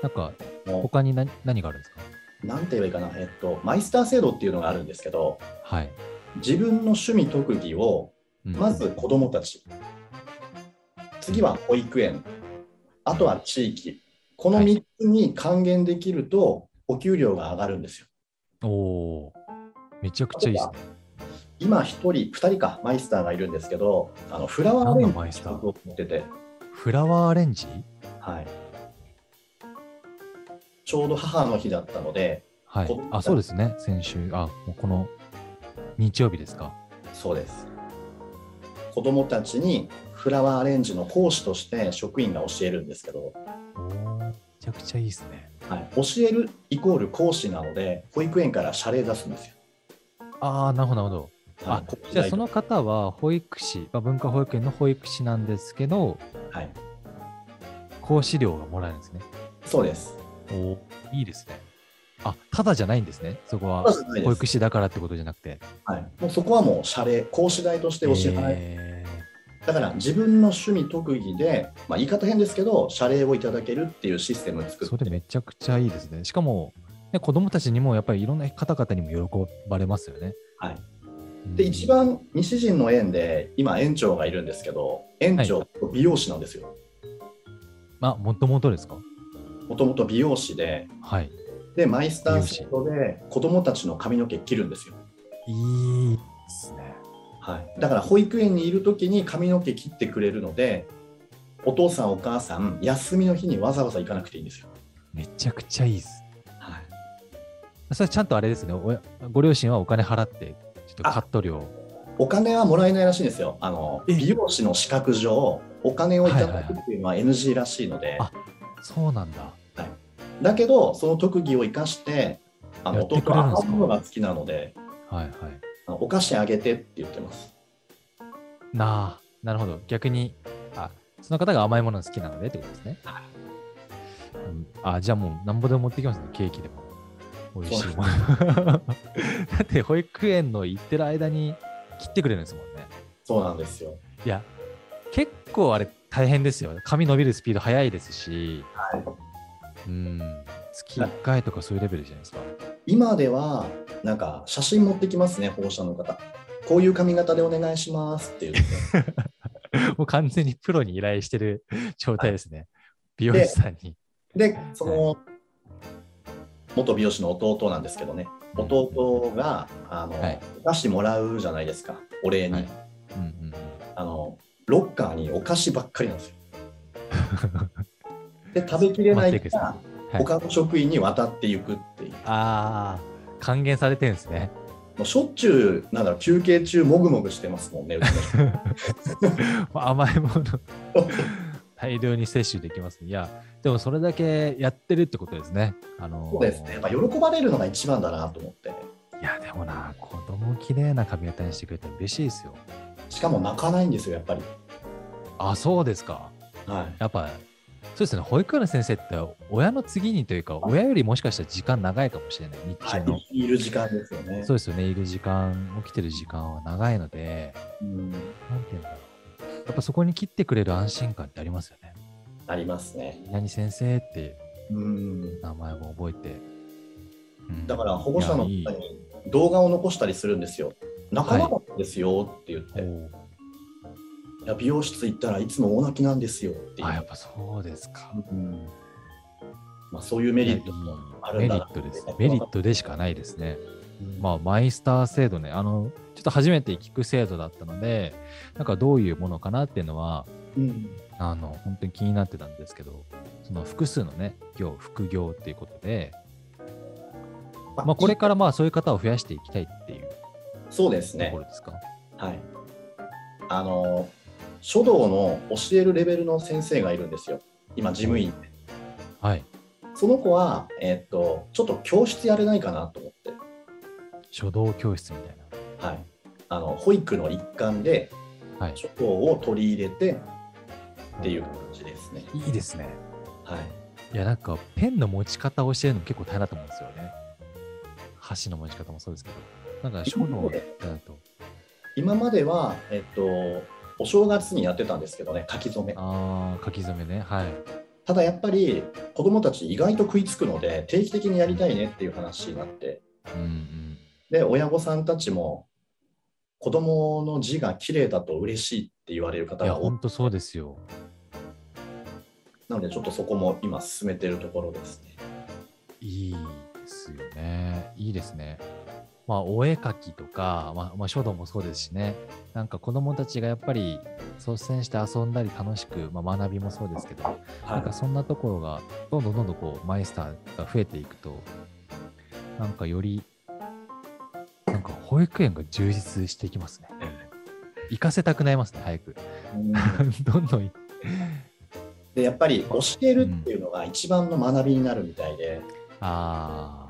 Speaker 1: なんか、
Speaker 2: も
Speaker 1: 他に何何があるんですか
Speaker 2: うなんて言えばいいかなえっとマイスター制度っていうのがあるんですけど
Speaker 1: はい。
Speaker 2: 自分の趣味特技を
Speaker 1: うん
Speaker 2: まず子どもたち次は保育園あとは地域この
Speaker 1: はい
Speaker 2: 3つに還元できるとお給料が上がるんですよ
Speaker 1: おおー、めちゃくちゃいいですね。
Speaker 2: 今1人2人かマイスターがいるんですけどあのフラワーアレ
Speaker 1: 何の
Speaker 2: ンジ
Speaker 1: マ
Speaker 2: の
Speaker 1: イス
Speaker 2: 資
Speaker 1: ター
Speaker 2: 格を持ってて
Speaker 1: フラワーアレンジ
Speaker 2: はい、ちょうど母の日だったので、
Speaker 1: はい
Speaker 2: こ。
Speaker 1: あ、そうですね。先週、あ、もうこの日曜日ですか。
Speaker 2: そうです。子どもたちにフラワーアレンジの講師として職員が教えるんですけど、
Speaker 1: おお、めちゃくちゃいいですね。
Speaker 2: はい、教えるイコール講師なので、保育園から謝礼出すんですよ。
Speaker 1: ああ、なるほど、なるほど。
Speaker 2: は
Speaker 1: あ
Speaker 2: い、講師
Speaker 1: じゃあ
Speaker 2: 代
Speaker 1: その方は保育士、まあ、文化保育園の保育士なんですけど、
Speaker 2: はい、
Speaker 1: 講師料がもらえるんですね。
Speaker 2: そうです。
Speaker 1: おお、いいですね。あ、ただじゃないんですね。そこは
Speaker 2: ただじゃないです
Speaker 1: 保育士だからってことじゃなくて。
Speaker 2: はい、もうそこはもう謝礼講師代としてお支払い、
Speaker 1: え
Speaker 2: だから自分の趣味特技で、まあ、言い方変ですけど謝礼をいただけるっていうシステムを作
Speaker 1: ー
Speaker 2: っ
Speaker 1: そ
Speaker 2: て
Speaker 1: れめちゃくちゃいいですね。しかも、ね、子供たちにもやっぱりいろんな方々にも喜ばれますよね。
Speaker 2: はい
Speaker 1: うん
Speaker 2: で一番西陣の園で今園長がいるんですけど園長と美容師なんですよ
Speaker 1: まあ、もともとですか
Speaker 2: もともと美容師で
Speaker 1: はい。
Speaker 2: でマイスターセットで子供たちの髪の毛切るんですよ、
Speaker 1: いいですね。
Speaker 2: はい、だから保育園にいる時に髪の毛切ってくれるのでお父さんお母さん休みの日にわざわざ行かなくていいんですよ、
Speaker 1: めちゃくちゃいいです。
Speaker 2: はい、
Speaker 1: それちゃんとあれですね。おやご両親はお金払って、ちょっとカット料。
Speaker 2: お金はもらえないらしいんですよあの
Speaker 1: え
Speaker 2: 美容師の資格上お金をいただくっていうのは NG らしいので、
Speaker 1: あそうなんだ。
Speaker 2: だけどその特技を生かしてあの
Speaker 1: やって
Speaker 2: 弟
Speaker 1: くれるん
Speaker 2: は
Speaker 1: ですか
Speaker 2: 甘いものが好きなので
Speaker 1: はいはい。
Speaker 2: あのお菓子あげてって言ってます
Speaker 1: なあ、なるほど。逆に、あ、その方が甘いものが好きなのでってことですね。うんあ、じゃあもうなんぼでも持ってきますね、ケーキでも。美味しいもの。 だって保育園の行ってる間に切ってくれるんですもんね。
Speaker 2: そうなんですよ
Speaker 1: いや、結構あれ大変ですよ。髪伸びるスピード速いですし、
Speaker 2: はい
Speaker 1: うん、月1回とかそういうレベルじゃないですか。
Speaker 2: 今ではなんか写真持ってきますね保護者の方こういう髪型でお願いしますって言って
Speaker 1: もう完全にプロに依頼してる状態ですね。美容師さんに。
Speaker 2: でその元美容師の弟なんですけどね弟があの、
Speaker 1: はい
Speaker 2: お菓子もらうじゃないですかお礼に、
Speaker 1: はいうんうんうん
Speaker 2: あのロッカーにお菓子ばっかりなん ですよで食べきれない
Speaker 1: 待ってく
Speaker 2: か
Speaker 1: だ
Speaker 2: ら
Speaker 1: はい
Speaker 2: 他の職員に渡っていくっていう
Speaker 1: ああ、還元されてるんですね。
Speaker 2: もうしょっちゅうなんだろう休憩中もぐもぐしてますもんねうちの人
Speaker 1: 甘いもの 大量に摂取できます、ね。いや、でもそれだけやってるってことですね。あのー
Speaker 2: そうですねやっぱ喜ばれるのが一番だなと思って
Speaker 1: いや、でもな、子供綺麗な髪型にしてくれたら嬉しいですよ。
Speaker 2: しかも泣かないんですよやっぱり
Speaker 1: あ、そうですか。
Speaker 2: はい
Speaker 1: やっぱ、そうですね、保育園の先生って親の次にというか、親よりもしかしたら時間長いかもしれない、日中の。
Speaker 2: い、いる時間ですよね
Speaker 1: そうですよね、いる時間、起きてる時間は長いので、
Speaker 2: うん
Speaker 1: なんていうんだろう。やっぱそこに切ってくれる安心感ってありますよね。
Speaker 2: ありますね
Speaker 1: 何先生って
Speaker 2: うん
Speaker 1: 名前も覚えて。うん
Speaker 2: だから保護者の方
Speaker 1: い
Speaker 2: に
Speaker 1: やいい
Speaker 2: 動画を残したりするんですよ泣かなかったですよって言って、
Speaker 1: お
Speaker 2: いうや美容室行ったらいつも大泣きなんですよっていう
Speaker 1: あ、やっぱそうですか。
Speaker 2: うんまあ、そういうメリットもある
Speaker 1: メ
Speaker 2: ん
Speaker 1: リ
Speaker 2: だ
Speaker 1: ットですね。メリットでしかないですね。ま
Speaker 2: あ、
Speaker 1: あ、マイスター制度ね、あの、ちょっと初めて聞く制度だったので、なんかどういうものかなっていうのは、
Speaker 2: うん
Speaker 1: あの、本当に気になってたんですけど、その複数のね、業、副業っていうことで、まあ、これからまあそういう方を増やしていきたいっていう
Speaker 2: そうです
Speaker 1: と
Speaker 2: ね
Speaker 1: ころですか。
Speaker 2: はいあの書道の教えるレベルの先生がいるんですよ今事務員で
Speaker 1: はい。
Speaker 2: その子は、えっとちょっと教室やれないかなと思って、
Speaker 1: 書道教室みたいな。
Speaker 2: はい、あの保育の一環で
Speaker 1: はい。
Speaker 2: 書道を取り入れてっていう感じですね、
Speaker 1: いいですね。
Speaker 2: はい、
Speaker 1: いや、なんか、ペンの持ち方を教えるのも結構大変だと思うんですよね。箸の持ち方もそうですけど。なんか、書道だと。
Speaker 2: 今までは、えっとお正月にやってたんですけどね書き初め
Speaker 1: ああ、書き初めね。はい。
Speaker 2: ただやっぱり子どもたち意外と食いつくので定期的にやりたいねっていう話になって
Speaker 1: うんうん。
Speaker 2: で親御さんたちも子どもの字が綺麗だと嬉しいって言われる方
Speaker 1: いや、
Speaker 2: が多
Speaker 1: ほ
Speaker 2: い
Speaker 1: んとそうですよ。
Speaker 2: なのでちょっとそこも今進めてるところですね。
Speaker 1: いいですよね。いいですね。まあ、お絵描きとか、まあ、まあ、書道もそうですしね。なんか子供たちがやっぱり率先して遊んだり楽しく、まあ、学びもそうですけど、なんかそんなところがどんどんどんどんこうマイスターが増えていくとなんかよりなんか保育園が充実していきますね行かせたくなりますね早く
Speaker 2: うん
Speaker 1: どんどん行っ
Speaker 2: でやっぱり教えるっていうのが一番の学びになるみたいで
Speaker 1: ああ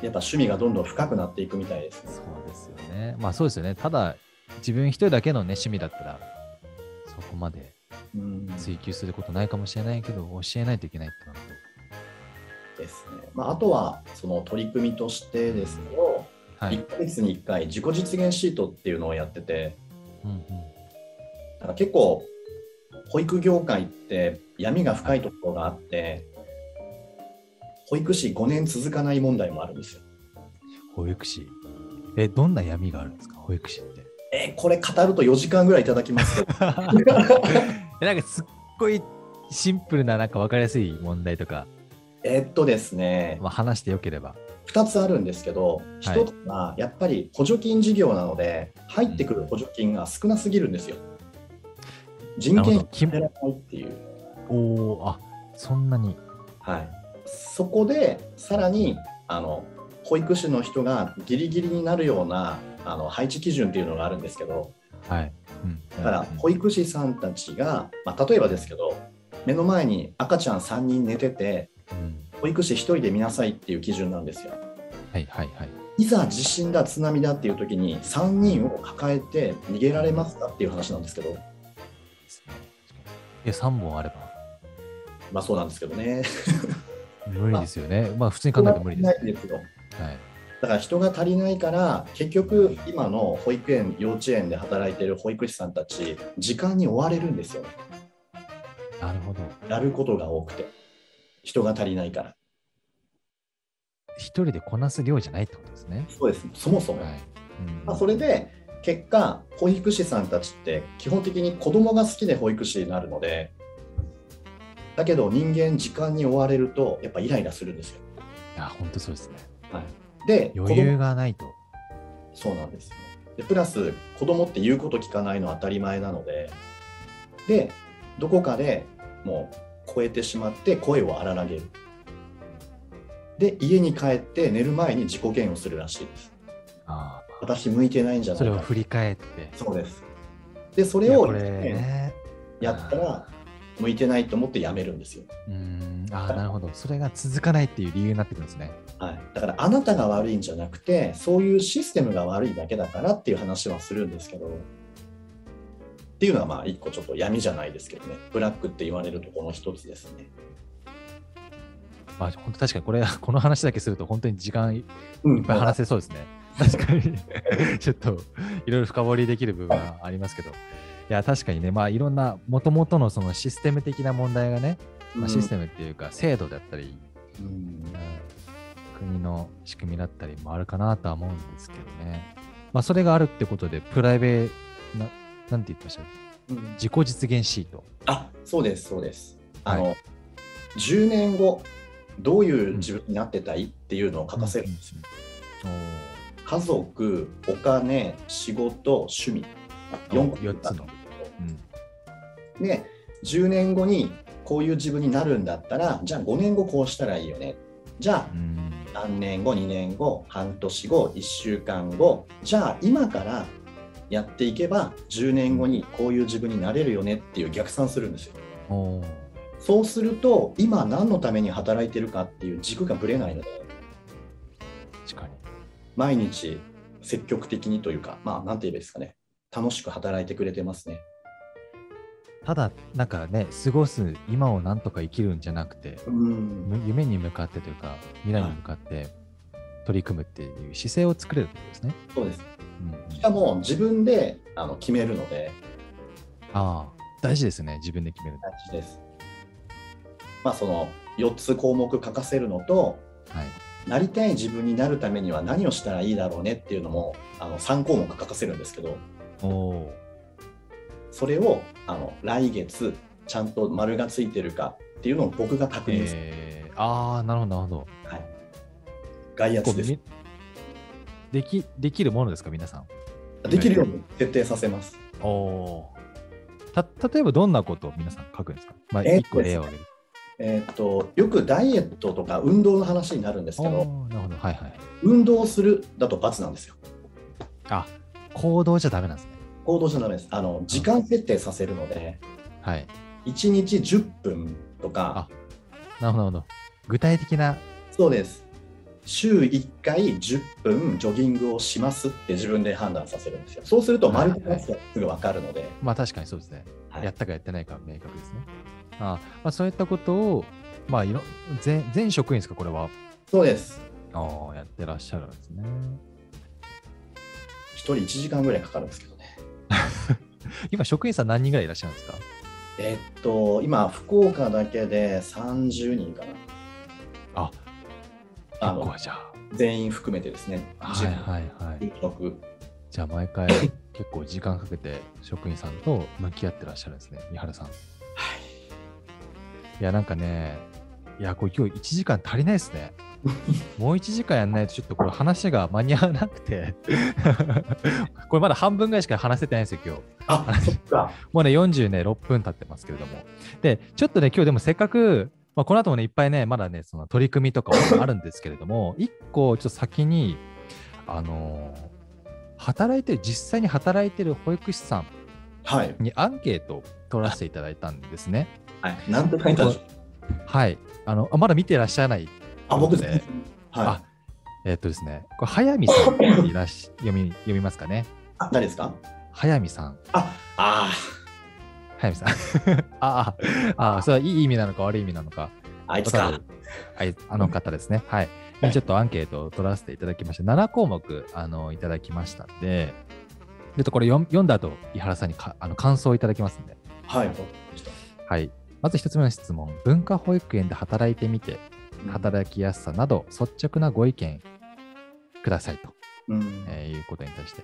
Speaker 2: やっぱ趣味がどんどん深くなっていくみたいですね。
Speaker 1: そうですよねまあそうですよねただ自分一人だけのね趣味だったらそこまで
Speaker 2: うん
Speaker 1: 追求することないかもしれないけど教えないといけないってなる
Speaker 2: ですね、まあ、あとはその取り組みとしてですけど、
Speaker 1: はい。
Speaker 2: 1ヶ月に1回自己実現シートっていうのをやってて
Speaker 1: うんうん
Speaker 2: なんか結構保育業界って闇が深いところがあって保育士5年続かない問題もあるんですよ。
Speaker 1: 保育士。え、どんな闇があるんですか、保育士 って。
Speaker 2: えーこれ語ると4時間ぐらいいただきますけど
Speaker 1: えなんかすっごいシンプルな、なんか分かりやすい問題とか、
Speaker 2: えーっとですね
Speaker 1: まあ、話してよければ。
Speaker 2: 2つあるんですけど1つはやっぱり補助金事業なので入ってくる補助金が少なすぎるんですよ。人件費
Speaker 1: 金
Speaker 2: が減らないっていう
Speaker 1: おおあそんなに。
Speaker 2: はい、そこでさらにあの保育士の人がギリギリになるようなあの配置基準っていうのがあるんですけど
Speaker 1: はい。うん
Speaker 2: だから
Speaker 1: うん
Speaker 2: 保育士さんたちが、まあ、例えばですけど目の前に赤ちゃん3人寝てて
Speaker 1: うん
Speaker 2: 保育士1人で見なさいっていう基準なんですよ。
Speaker 1: はいはいはい。
Speaker 2: いざ地震だ津波だっていう時に3人を抱えて逃げられますかっていう話なんですけど、
Speaker 1: ですねいや、3本あれば
Speaker 2: まあそうなんですけどね。
Speaker 1: 無理ですよね。まあ、普通に考えて無理です。
Speaker 2: ないですよ。
Speaker 1: はい。
Speaker 2: だから人が足りないから結局今の保育園幼稚園で働いてる保育士さんたち時間に追われるんですよ
Speaker 1: なるほど。
Speaker 2: やることが多くて人が足りないから
Speaker 1: 一人でこなす量じゃないってことですね。
Speaker 2: そうですそもそも、
Speaker 1: はい。うん
Speaker 2: まあ、それで結果保育士さんたちって基本的に子供が好きで保育士になるのでだけど人間時間に追われるとやっぱイライラするんですよ、
Speaker 1: いや、本当そうですね。
Speaker 2: はい、で
Speaker 1: 余裕がないと。
Speaker 2: そうなんですよでプラス子供って言うこと聞かないのは当たり前なのででどこかでもう超えてしまって声を荒らげるで家に帰って寝る前に自己嫌悪するらしいです
Speaker 1: あ
Speaker 2: 私向いてないんじゃ
Speaker 1: あ
Speaker 2: な
Speaker 1: そ
Speaker 2: い
Speaker 1: れを
Speaker 2: か
Speaker 1: 振り返って。
Speaker 2: そうですでそ
Speaker 1: い
Speaker 2: れ
Speaker 1: や
Speaker 2: を
Speaker 1: これね。
Speaker 2: やったら向いてないと思ってやめるんですよ、
Speaker 1: うん。ああ、なるほど。それが続かないっていう理由になってくるんですね。
Speaker 2: はい、だからあなたが悪いんじゃなくてそういうシステムが悪いだけだからっていう話はするんですけどっていうのはまあ一個ちょっと闇じゃないですけどねブラックって言われるとこの一つですね。
Speaker 1: まあ、本当確かにこれ、 この話だけすると、本当に時間いっ
Speaker 2: うん
Speaker 1: ぱい話せそうですね。確かに。 ちょっと、いろいろ深掘りできる部分はありますけど。いや、確かにね、まあ、いろんな、もともとのそのシステム的な問題がね、まあ、システムっていうか、制度だったり、
Speaker 2: ム、うん
Speaker 1: 国の仕組みだったりもあるかなとは思うんですけどね。まあ、それがあるってことで、プライベート、ななんて言ってました
Speaker 2: うん
Speaker 1: 自己実現シート。
Speaker 2: あそうですそうです。
Speaker 1: は
Speaker 2: あ
Speaker 1: い
Speaker 2: の、10年後どういう自分になってたいっていうのを書かせるんですよ。
Speaker 1: うんうんうん
Speaker 2: 家族お金仕事趣味
Speaker 1: お
Speaker 2: 4
Speaker 1: ー四つの。うん
Speaker 2: で10年後にこういう自分になるんだったらじゃあ5年後こうしたらいいよねじゃ
Speaker 1: う
Speaker 2: あ
Speaker 1: ん
Speaker 2: 何年後2年後半年後1週間後じゃあ今からやっていけば10年後にこういう自分になれるよねっていう逆算するんですよ
Speaker 1: おー
Speaker 2: そうすると今何のために働いてるかっていう軸がぶれないので
Speaker 1: 確かに。
Speaker 2: 毎日積極的にというかまあ何て言えばいいですかね楽しく働いてくれてますね
Speaker 1: ただなんかね過ごす今をなんとか生きるんじゃなくて
Speaker 2: うん
Speaker 1: む夢に向かってというか未来に向かって取り組むっていう姿勢を作れるってことですね。
Speaker 2: そうです
Speaker 1: うんうん
Speaker 2: しかも自分であの決めるので
Speaker 1: ああ大事ですね自分で決めるの。
Speaker 2: 大事です。まあその4つ項目書かせるのと
Speaker 1: はい、
Speaker 2: なりたい自分になるためには何をしたらいいだろうねっていうのもあの3項目書かせるんですけど
Speaker 1: おお
Speaker 2: それをあの来月ちゃんと丸がついてるかっていうのを僕が確認する、
Speaker 1: えー、ああなるほどなるほど。
Speaker 2: はい、外
Speaker 1: こ
Speaker 2: 圧
Speaker 1: う
Speaker 2: です
Speaker 1: みできできるものですか皆さん。
Speaker 2: できるように徹底させます
Speaker 1: おおー。た例えばどんなことを皆さん書くんですか、まあ、
Speaker 2: えー
Speaker 1: 一個例を挙げる。
Speaker 2: えーっとよくダイエットとか運動の話になるんです
Speaker 1: お
Speaker 2: けど
Speaker 1: おーなるほどはいはい。
Speaker 2: 運動するだと罰なんですよ
Speaker 1: あ行動じゃダメなんですね。
Speaker 2: 行動じゃダメですあの時間設定させるので
Speaker 1: はい。
Speaker 2: 1日10分とか
Speaker 1: あなるほどなるほど。具体的な
Speaker 2: そうです。週1回10分ジョギングをしますって自分で判断させるんですよ。そうすると、
Speaker 1: はい
Speaker 2: 丸のやつがすぐ分かるので、
Speaker 1: まあ確かにそうですね。
Speaker 2: はい
Speaker 1: やったかやってないかは明確ですね。ああまあ、そういったことを、まあ、いろ全全職員ですか、これは。
Speaker 2: そうです。
Speaker 1: ああ、やってらっしゃるんですね。
Speaker 2: 1人1時間ぐらいかかるんですけどね。
Speaker 1: 今、職員さん何人ぐらいいらっしゃるんですか
Speaker 2: えっと、今、福岡だけで30人かな。
Speaker 1: あ、
Speaker 2: あ
Speaker 1: 結
Speaker 2: の
Speaker 1: 構じゃあ。
Speaker 2: 全員含めてですね。
Speaker 1: はいはいはい。
Speaker 2: 16 16
Speaker 1: じゃあ、毎回結構時間かけて職員さんと向き合ってらっしゃるんですね、三原さん。はい。いや、なんかね、いや、これ今日1時間足りないです ね。もう1時間やんないと、ちょっとこれ話が間に合わなくて。 これまだ半分ぐらいしか話せてないんですよ、今日。
Speaker 2: あ、そっか。
Speaker 1: もうね、46分経ってますけれども。で、ちょっとね、今日でもせっかく、まあ、この後もね、いっぱいね、まだね、その取り組みとかもあるんですけれども、一個、ちょっと先に、あのー働いてる、実際に働いてる保育士さ
Speaker 2: はい。
Speaker 1: んにアンケートを取らせていただいたんですね。
Speaker 2: はい、なんて書いたんでしょう。
Speaker 1: はい。あの、あまだ見てらっしゃらない。
Speaker 2: あ、僕
Speaker 1: そう
Speaker 2: で
Speaker 1: です
Speaker 2: す。は
Speaker 1: あえっとですね、これ、早見さんっていらっし 読み、読みますかね。
Speaker 2: い。あ、誰ですか
Speaker 1: 早見さん。
Speaker 2: あ、あ
Speaker 1: 早見さん。 ああ、ああ、それはいい意味なのか悪い意味なのか。
Speaker 2: ーあいつ
Speaker 1: わか
Speaker 2: か
Speaker 1: る。あいあの方ですね。はい。にちょっとアンケートを取らせていただきまして、7項目あのいただきましたんで、ちょっとこれ読ん読んだ後、井原さんにかあの感想をいただきますんで。
Speaker 2: はい、わかりました
Speaker 1: はい。まず1つ目の質問。文化保育園で働いてみて、
Speaker 2: い
Speaker 1: 働きやすさなど率直なご意見くださいと、
Speaker 2: うん
Speaker 1: えーいうことに対して、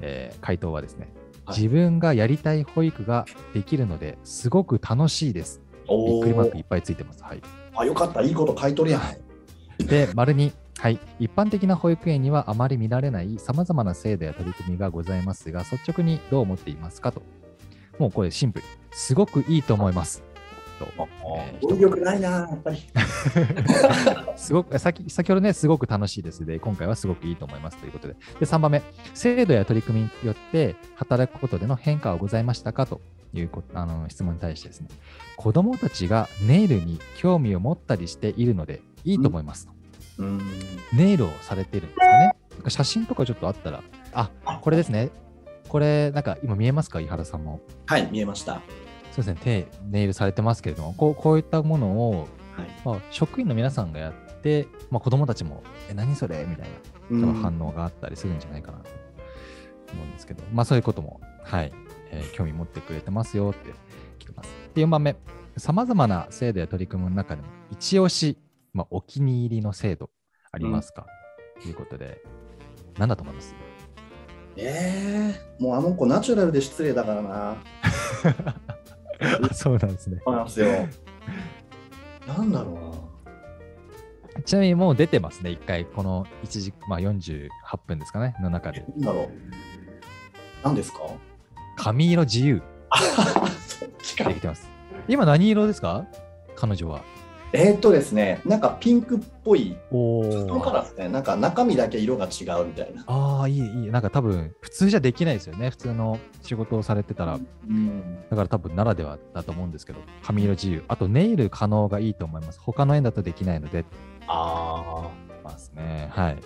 Speaker 1: えー回答はですね、
Speaker 2: はい
Speaker 1: 自分がやりたい保育ができるのですごく楽しいです。びっ
Speaker 2: お
Speaker 1: くりマークい
Speaker 2: ー
Speaker 1: っぱいついてます。はい。
Speaker 2: あ、よかった。いいこと書いとるやん。
Speaker 1: で、丸に、はい、一般的な保育園にはあまり見られないさまざまな制度や取り組みがございますが、率直にどう思っていますかと。もうこれシンプル。すごくいいと思います。と。えー
Speaker 2: 語彙力ないな、やっぱり。
Speaker 1: すごく先先ほどね、すごく楽しいですで、今回はすごくいいと思いますということで。で、3番目、制度や取り組みによって働くことでの変化はございましたかというこあの質問に対してですね、子どもたちがネイルに興味を持ったりしているので、いいと思いますと。
Speaker 2: うん。
Speaker 1: ネイルをされてるんですかね。なんか写真とかちょっとあったら、 あこれですね。これ、なんか今見えますか、井原さんも。
Speaker 2: はい、見えました。は
Speaker 1: そうですね、手、ネイルされてますけれども、こうこういったものを、
Speaker 2: い。
Speaker 1: まあ、職員の皆さんがやって、まあ、子供たちも、え、何それみたいな多分反応があったりするんじゃないかなと思うんですけど、まあそういうことも、はい、えー興味持ってくれてますよって来てます。で、4番目、さまざまな制度や取り組みの中でも、一押し、まあ、お気に入りの制度ありますか、ということで、何だと思います
Speaker 2: ええ、もうあの子ナチュラルで失礼だからな。
Speaker 1: あそうなんですね。
Speaker 2: そうな んですよ。なんだろ
Speaker 1: ちなみにもう出てますね、1回、この1時、まあ、48分ですかね、の中で。
Speaker 2: うな。なんだろう。何ですか
Speaker 1: 髪色自由
Speaker 2: そっち
Speaker 1: できてます。今何色ですか彼女は。
Speaker 2: えーっとですね、なんかピンクっぽい
Speaker 1: お
Speaker 2: だからですね、なんか中身だけ色が違うみたいな。
Speaker 1: ああ、いい、いい。なんか多分、普通じゃできないですよね。普通の仕事をされてたら。
Speaker 2: うん、
Speaker 1: だから多分、ならではだと思うんですけど、髪色自由。あと、ネイル可能がいいと思います。他の園だとできないので、
Speaker 2: あ
Speaker 1: ますね。はい。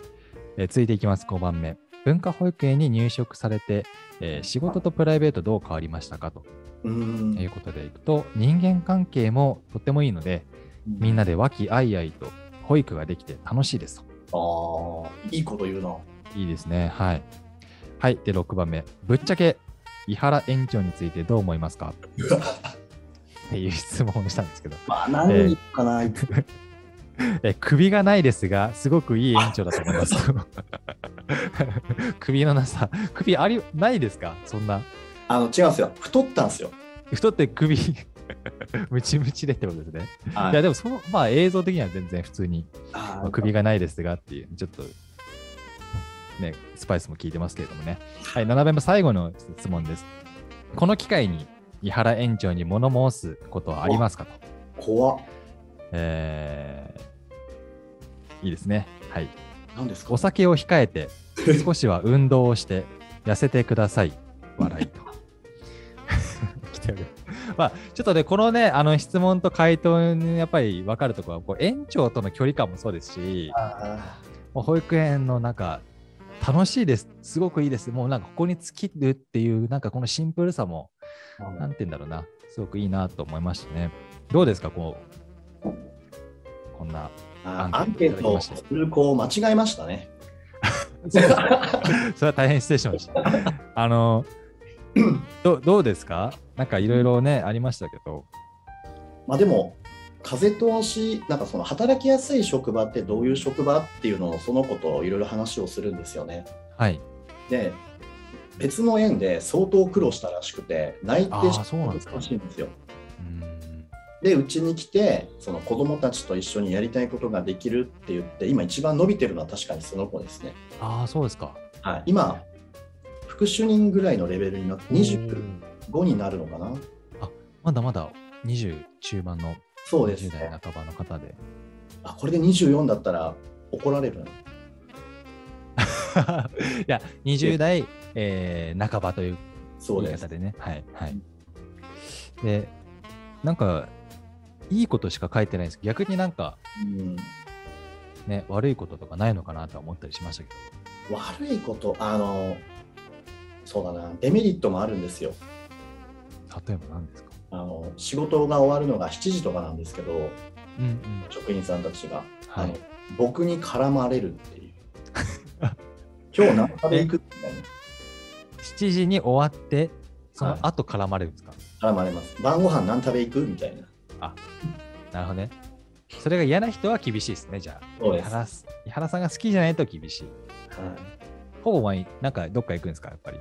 Speaker 1: えー続いていきます、5番目。文化保育園に入職されて、えー仕事とプライベートどう変わりましたかと
Speaker 2: ーうん
Speaker 1: いうことでいくと、人間関係もとってもいいので、みんなで和気あいあいと保育ができて楽しいですと。
Speaker 2: あーいいこと言うな。
Speaker 1: いいですね。はい。はい。で、6番目。ぶっちゃけ、井原園長についてどう思いますかっていう質問をしたんですけど、
Speaker 2: まあ、何言うか な、
Speaker 1: え首がないですが、すごくいい園長だと思います。 首のなさ、首ありないですかそんな。
Speaker 2: あの違うんですよ。太ったんですよ。
Speaker 1: 太って首、 ムチムチでってことですね。
Speaker 2: はい
Speaker 1: や、でもその、まあ、映像的には全然普通に、
Speaker 2: あ
Speaker 1: まあ
Speaker 2: ー
Speaker 1: 首がないですがっていう、ちょっと、ね、スパイスも効いてますけれどもね。はい、7番目最後の質問です。この機会に、井原園長に物申すことはありますかと。
Speaker 2: 怖っ。
Speaker 1: えーいいですね。はい。
Speaker 2: 何ですか
Speaker 1: お酒を控えて、少しは運動をして、痩せてください。笑いと。来てる まあ、ちょっとね、このね、あの質問と回答にやっぱり分かるところはこう、園長との距離感もそうですし、
Speaker 2: あ
Speaker 1: もう保育園の中楽しいですすごくいいですもうなんかここに尽きるっていうなんかこのシンプルさも
Speaker 2: ー
Speaker 1: なんて言うんだろうなすごくいいなと思いましたねどうですかこうこんな
Speaker 2: あ
Speaker 1: ア
Speaker 2: ア
Speaker 1: ン
Speaker 2: ン
Speaker 1: ケ
Speaker 2: ケ
Speaker 1: ー
Speaker 2: ー
Speaker 1: ト
Speaker 2: ト
Speaker 1: を
Speaker 2: を
Speaker 1: いただきまし
Speaker 2: する子を間違えました ね。
Speaker 1: それは大変失礼しました。あの、どどうですかなんかいろいろね、ありましたけど。
Speaker 2: まあでも風通しなんかその働きやすい職場ってどういう職場っていうのをその子といろいろ話をするんですよね。
Speaker 1: はい。
Speaker 2: で別の園で相当苦労したらしくて内定
Speaker 1: あー
Speaker 2: し
Speaker 1: そうなんですか
Speaker 2: らしいんですよ。
Speaker 1: うん
Speaker 2: でうちに来てその子どもたちと一緒にやりたいことができるって言って今一番伸びてるのは確かにその子ですね。
Speaker 1: ああ、そうですか。
Speaker 2: はい、今副主任ぐらいのレベルになって25になるのかな
Speaker 1: まだまだ20中盤の
Speaker 2: そうです
Speaker 1: 20代
Speaker 2: ね。
Speaker 1: 半ばの方で。
Speaker 2: あこれで24だったら怒られるな
Speaker 1: いや、20代、えー半ばという
Speaker 2: そう
Speaker 1: 言い
Speaker 2: です
Speaker 1: 方。でね。はい。はい。で、なんか、いいことしか書いてないんですけど、逆になんか、
Speaker 2: うん
Speaker 1: ね、悪いこととかないのかなとは思ったりしましたけど。
Speaker 2: 悪いことあのそうだなデメリットもあるんですよ
Speaker 1: 例えば何ですか
Speaker 2: あの仕事が終わるのが7時とかなんですけど
Speaker 1: うんうん。
Speaker 2: 職員さんたちが、
Speaker 1: は
Speaker 2: あの
Speaker 1: い。
Speaker 2: 僕に絡まれるっていう 今日何食べ行くみたい
Speaker 1: 7時に終わって、その後絡まれるんですか、
Speaker 2: な絡まれます晩ご飯何食べ行くみたいな
Speaker 1: なるほどね。それが嫌な人は厳しいですね、じゃあ。
Speaker 2: そう
Speaker 1: 井
Speaker 2: です、は
Speaker 1: 原す井原さんが好きじゃないと厳しい。
Speaker 2: い、
Speaker 1: ほぼ毎なんかどっか行くんですか、やっぱり。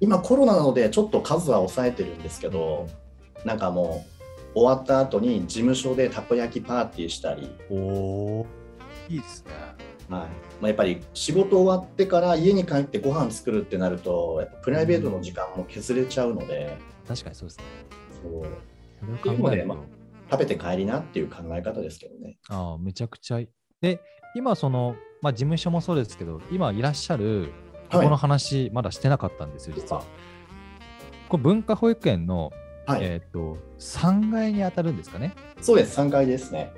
Speaker 2: 今コロナなのでちょっと数は抑えてるんですけどなんかもう終わった後に事務所でたこ焼きパーティーしたり
Speaker 1: おお、いいですね。
Speaker 2: はいまあ、やっぱり仕事終わってから家に帰ってご飯作るってなるとやっぱプライベートの時間も削れちゃうので、
Speaker 1: 確かにそうですね。
Speaker 2: そう
Speaker 1: それを考えると、
Speaker 2: でも食べて帰りなっていう考え方ですけどね。
Speaker 1: ああ、めちゃくちゃいい。で、今、その、まあ、事務所もそうですけど、今いらっしゃる、こ
Speaker 2: はい
Speaker 1: この話、まだしてなかったんですよ、実は。これ文化保育園の、
Speaker 2: はい
Speaker 1: えっ、と、3階に当たるんですかね。
Speaker 2: そうです3階ですね。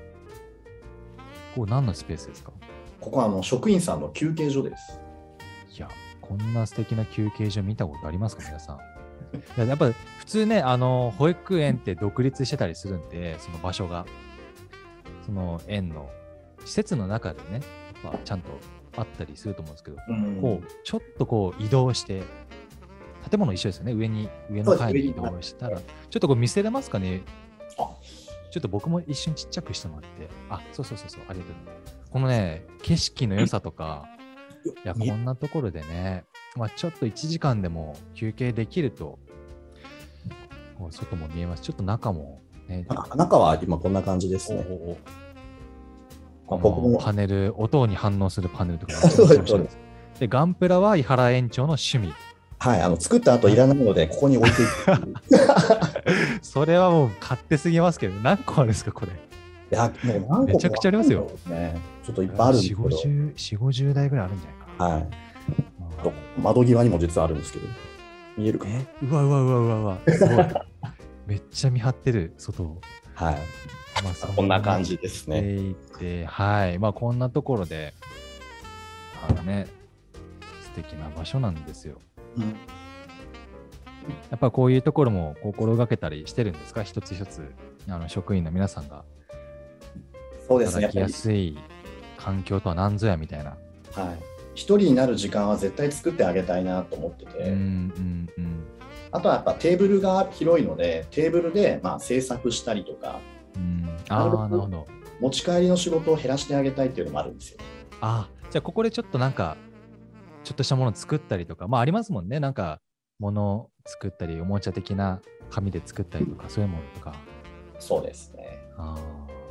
Speaker 1: こう何のスペースですか
Speaker 2: ここはあの職員さんの休憩所です。
Speaker 1: いや、こんな素敵な休憩所見たことありますか、皆さん。いややっぱ普通ね、あの保育園って独立してたりするんで、その場所が、その園の施設の中でね、まあ、ちゃんとあったりすると思うんですけど、
Speaker 2: うん
Speaker 1: こうちょっとこう移動して、建物一緒ですよね、上に、上の
Speaker 2: そうです
Speaker 1: 階に移
Speaker 2: 上に
Speaker 1: 動したら、ちょっとこう見せれますかね
Speaker 2: あ。
Speaker 1: ちょっと僕も一瞬ちっちゃくしてもらって、あ、そうそうそうそう、ありがとうございます。このね、景色の良さとか、いや、こんなところでね、まあ、ちょっと1時間でも休憩できると、こう外も見えます。ちょっと中も、ね、
Speaker 2: あ中は今こんな感じです
Speaker 1: お
Speaker 2: ね。
Speaker 1: おお
Speaker 2: こ
Speaker 1: この
Speaker 2: こも
Speaker 1: パネル、音に反応するパネルとか、
Speaker 2: そうです
Speaker 1: 面白いですで、ガンプラは井原園長の趣味。
Speaker 2: はいあの作った後いらないのでここに置いていく っていう
Speaker 1: それはもう勝手すぎますけど、何個あるんですか、これ。
Speaker 2: いやもう何個も
Speaker 1: めちゃくちゃありますよ。
Speaker 2: ね、ちょっといっぱいあるんですけど、
Speaker 1: 4、50、50台ぐらいあるんじゃないかな。
Speaker 2: はい、
Speaker 1: あ
Speaker 2: と窓際にも実はあるんですけど見えるかな
Speaker 1: え、うわうわうわうわうわ、すごい。めっちゃ見張ってる、外を。
Speaker 2: はい、
Speaker 1: まあそ
Speaker 2: こんな感じですね。
Speaker 1: していて、はい。まあ、こんなところで、あのね、素敵な場所なんですよ。
Speaker 2: うん
Speaker 1: やっぱこういうところも心がけたりしてるんですか、一つ一つ、あの職員の皆さんが
Speaker 2: そうですね、
Speaker 1: 働
Speaker 2: やっ
Speaker 1: き
Speaker 2: ぱ
Speaker 1: や
Speaker 2: り
Speaker 1: すい環境とは何ぞやみたいな。
Speaker 2: はい、一人になる時間は絶対作ってあげたいなと思ってて、
Speaker 1: うんうんうん
Speaker 2: あとはやっぱテーブルが広いのでテーブルでまあ制作したりとか
Speaker 1: うん、ああ、なるほど。
Speaker 2: 持ち帰りの仕事を減らしてあげたいっていうのもあるんですよ。
Speaker 1: あじゃあここでちょっとなんかちょっとしたもの作ったりとかまあありますもんねなんか物を作ったりおもちゃ的な紙で作ったりとかそういうものとか
Speaker 2: そうですね
Speaker 1: あ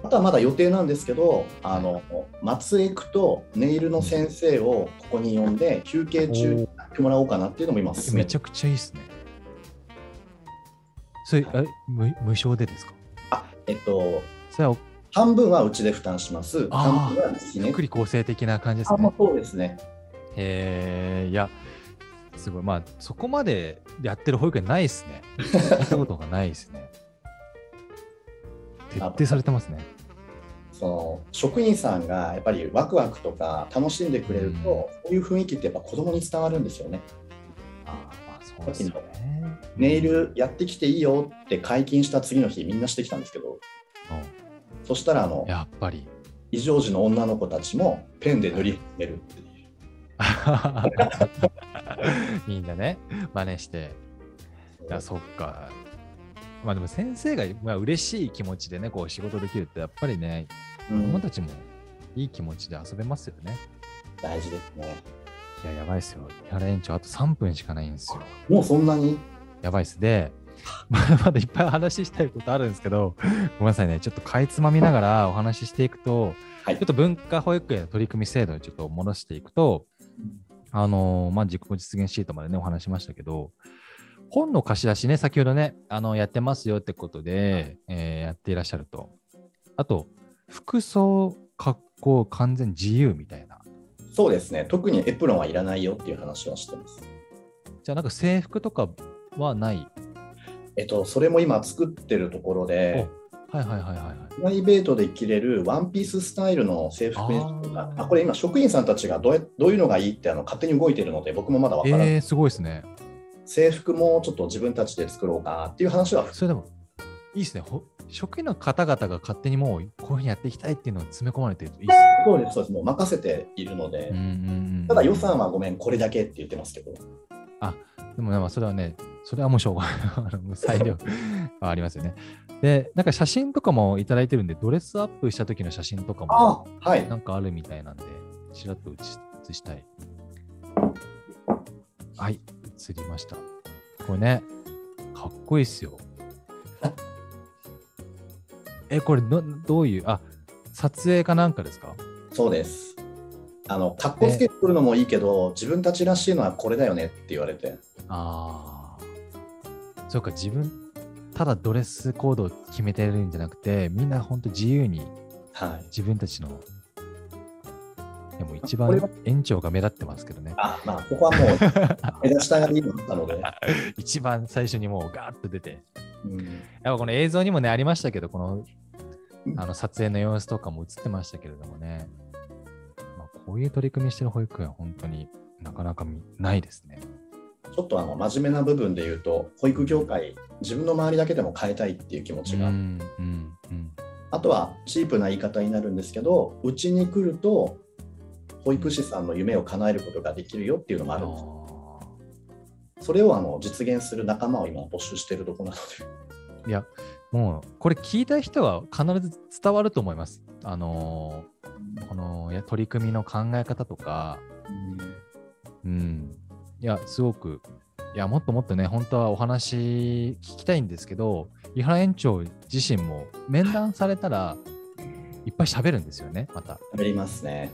Speaker 2: あとはまだ予定なんですけどあの松江区とネイルの先生をここに呼んで休憩中にやってもらおうかなっていうのも今
Speaker 1: ー
Speaker 2: 進
Speaker 1: め
Speaker 2: め
Speaker 1: ち
Speaker 2: て
Speaker 1: ゃくちゃいいですねそれえ無無償でですか
Speaker 2: あえっと
Speaker 1: それは
Speaker 2: 半分はうちで負担します
Speaker 1: あー
Speaker 2: 半分はですね
Speaker 1: 福利厚生的な感じです
Speaker 2: あ、まあ
Speaker 1: ね、
Speaker 2: そうですね
Speaker 1: へえいやすごいまあそこまでやってる保育園ないですね聞いたことがないです ね徹底されてますね
Speaker 2: その職員さんがやっぱりワクワクとか楽しんでくれると、こういう雰囲気ってやっぱ子供に伝わるんですよね。
Speaker 1: あーまあそうですよね
Speaker 2: ネイルやってきていいよって解禁した次の日みんなしてきたんですけど
Speaker 1: うん
Speaker 2: そしたらあの
Speaker 1: やっぱり。
Speaker 2: 異常時の女の子たちもペンで塗り始めるっていう。
Speaker 1: みんなね、真似して。いや、そっか。まあでも先生が、まあ、嬉しい気持ちでね、こう仕事できるって、やっぱりね、
Speaker 2: う
Speaker 1: 子供
Speaker 2: ん
Speaker 1: たちもいい気持ちで遊べますよね。
Speaker 2: 大事ですね。
Speaker 1: いや、やばいですよ。木原園長、あと3分しかないんですよ。
Speaker 2: もうそんなに
Speaker 1: やばいっす。 で、まだまだいっぱい話したいことあるんですけど、ごめんなさいね、ちょっとかいつまみながらお話ししていくと、
Speaker 2: はい
Speaker 1: ちょっと文化保育園の取り組み制度にちょっと戻していくと、あのーまあ、自己実現シートまでね、お話しましたけど、本の貸し出しね、先ほどね、あのやってますよってことで、えーやっていらっしゃると。あと、服装、格好、完全自由みたいな。
Speaker 2: そうですね。特にエプロンはいらないよっていう話はしてます。
Speaker 1: じゃあ、なんか制服とかはない。
Speaker 2: えっと、それも今作ってるところで、
Speaker 1: はいはいはいはいはい。
Speaker 2: プライベートで着れるワンピーススタイルの制服にあ
Speaker 1: あー
Speaker 2: あこれ今職員さんたちがどうやどういうのがいいってあの勝手に動いてるので僕もまだわからない、
Speaker 1: えー、すごいですね。
Speaker 2: 制服もちょっと自分たちで作ろうかなっていう話は
Speaker 1: それでも、いいですね。ほ職員の方々が勝手にもう、こういうふうにやっていきたいっていうのを詰め込まれてるといいですね。
Speaker 2: そうですそうですもう任せているので、
Speaker 1: うんうんうん
Speaker 2: ただ予算はごめんこれだけって言ってますけど
Speaker 1: でもね、まあそれはね、それはもうしょうがない。 あの裁量 はありますよね。で、なんか写真とかもいただいてるんで、ドレスアップした時の写真とかも、
Speaker 2: はい
Speaker 1: なんかあるみたいなんで、ちらっと写写したい。はい、写りました。これね、かっこいいっすよ。え、これど、どういう、あ、撮影かなんかですか
Speaker 2: そうですあの格好つけてくるのもいいけど、自分たちらしいのはこれだよねって言われて
Speaker 1: ああ。そうか、自分、ただドレスコードを決めてるんじゃなくて、みんな本当自由に
Speaker 2: はい
Speaker 1: 自分たちの。でも一
Speaker 2: これ
Speaker 1: 番
Speaker 2: は
Speaker 1: 園長が目立ってますけどね。
Speaker 2: あまあここはもう目指したがりになったので、
Speaker 1: 一番最初にもうガーッと出て。
Speaker 2: うん
Speaker 1: やっぱこの映像にもね、ありましたけど、この
Speaker 2: うん
Speaker 1: あの撮影の様子とかも映ってましたけれどもね。まあ、こういう取り組みしてる保育園は本当になかなかみないですね。
Speaker 2: ちょっとあの真面目な部分で言うと保育業界自分の周りだけでも変えたいっていう気持ちが、
Speaker 1: うんうんうん。
Speaker 2: あとはチープな言い方になるんですけどうちに来ると保育士さんの夢を叶えることができるよっていうのもあるんで
Speaker 1: あー
Speaker 2: すそれをあの実現する仲間を今募集しているところなので
Speaker 1: いや、もう、これ聞いた人は必ず伝わると思います。あのーこのや取り組みの考え方とか、うん。いや、すごく、いや、もっともっとね、本当はお話聞きたいんですけど、井原園長自身も面談されたらいっぱい喋るんですよね、また。
Speaker 2: 喋りますね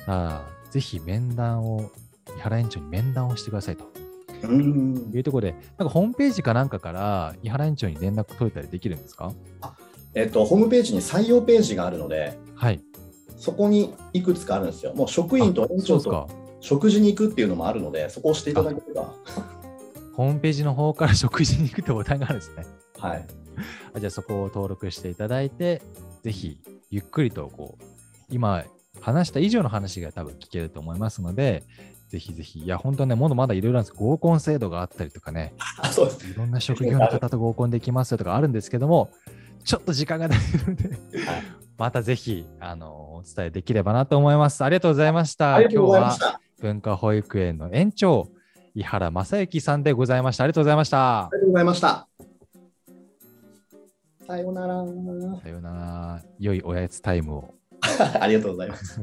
Speaker 1: だからぜひ面談を、井原園長に面談をしてくださいと
Speaker 2: うん
Speaker 1: いうところで、なんかホームページかなんかから、井原園長に連絡取れたりできるんですか
Speaker 2: えっとホームページに採用ページがあるので
Speaker 1: はい。
Speaker 2: そこにいくつかあるんですよもう職員と
Speaker 1: そ
Speaker 2: 園
Speaker 1: う
Speaker 2: 長
Speaker 1: ですか
Speaker 2: と。食事に行くっていうのもあるのでそこを押していただければ
Speaker 1: ホームページの方から食事に行くってボタンがあるんですね。
Speaker 2: はい
Speaker 1: あじゃあそこを登録していただいて、ぜひゆっくりとこう、今話した以上の話が多分聞けると思いますので、ぜひぜひ、いや、本当ね、まだまだいろいろなんです。合コン制度があったりとかね、
Speaker 2: あそうです
Speaker 1: いろんな職業の方と合コンできますよとかあるんですけども、ちょっと時間がないので、
Speaker 2: はい
Speaker 1: またぜひ、あの、お伝えできればなと思います。ありがとうございました。
Speaker 2: ありがとうございま
Speaker 1: 今
Speaker 2: し
Speaker 1: 日は
Speaker 2: たあ
Speaker 1: 文化保育園の園長、井原正幸さんでございました。ありがとうございました。
Speaker 2: りがとうございましたさようなら
Speaker 1: さようなら。良いおやつタイムを。
Speaker 2: ありがとうございます。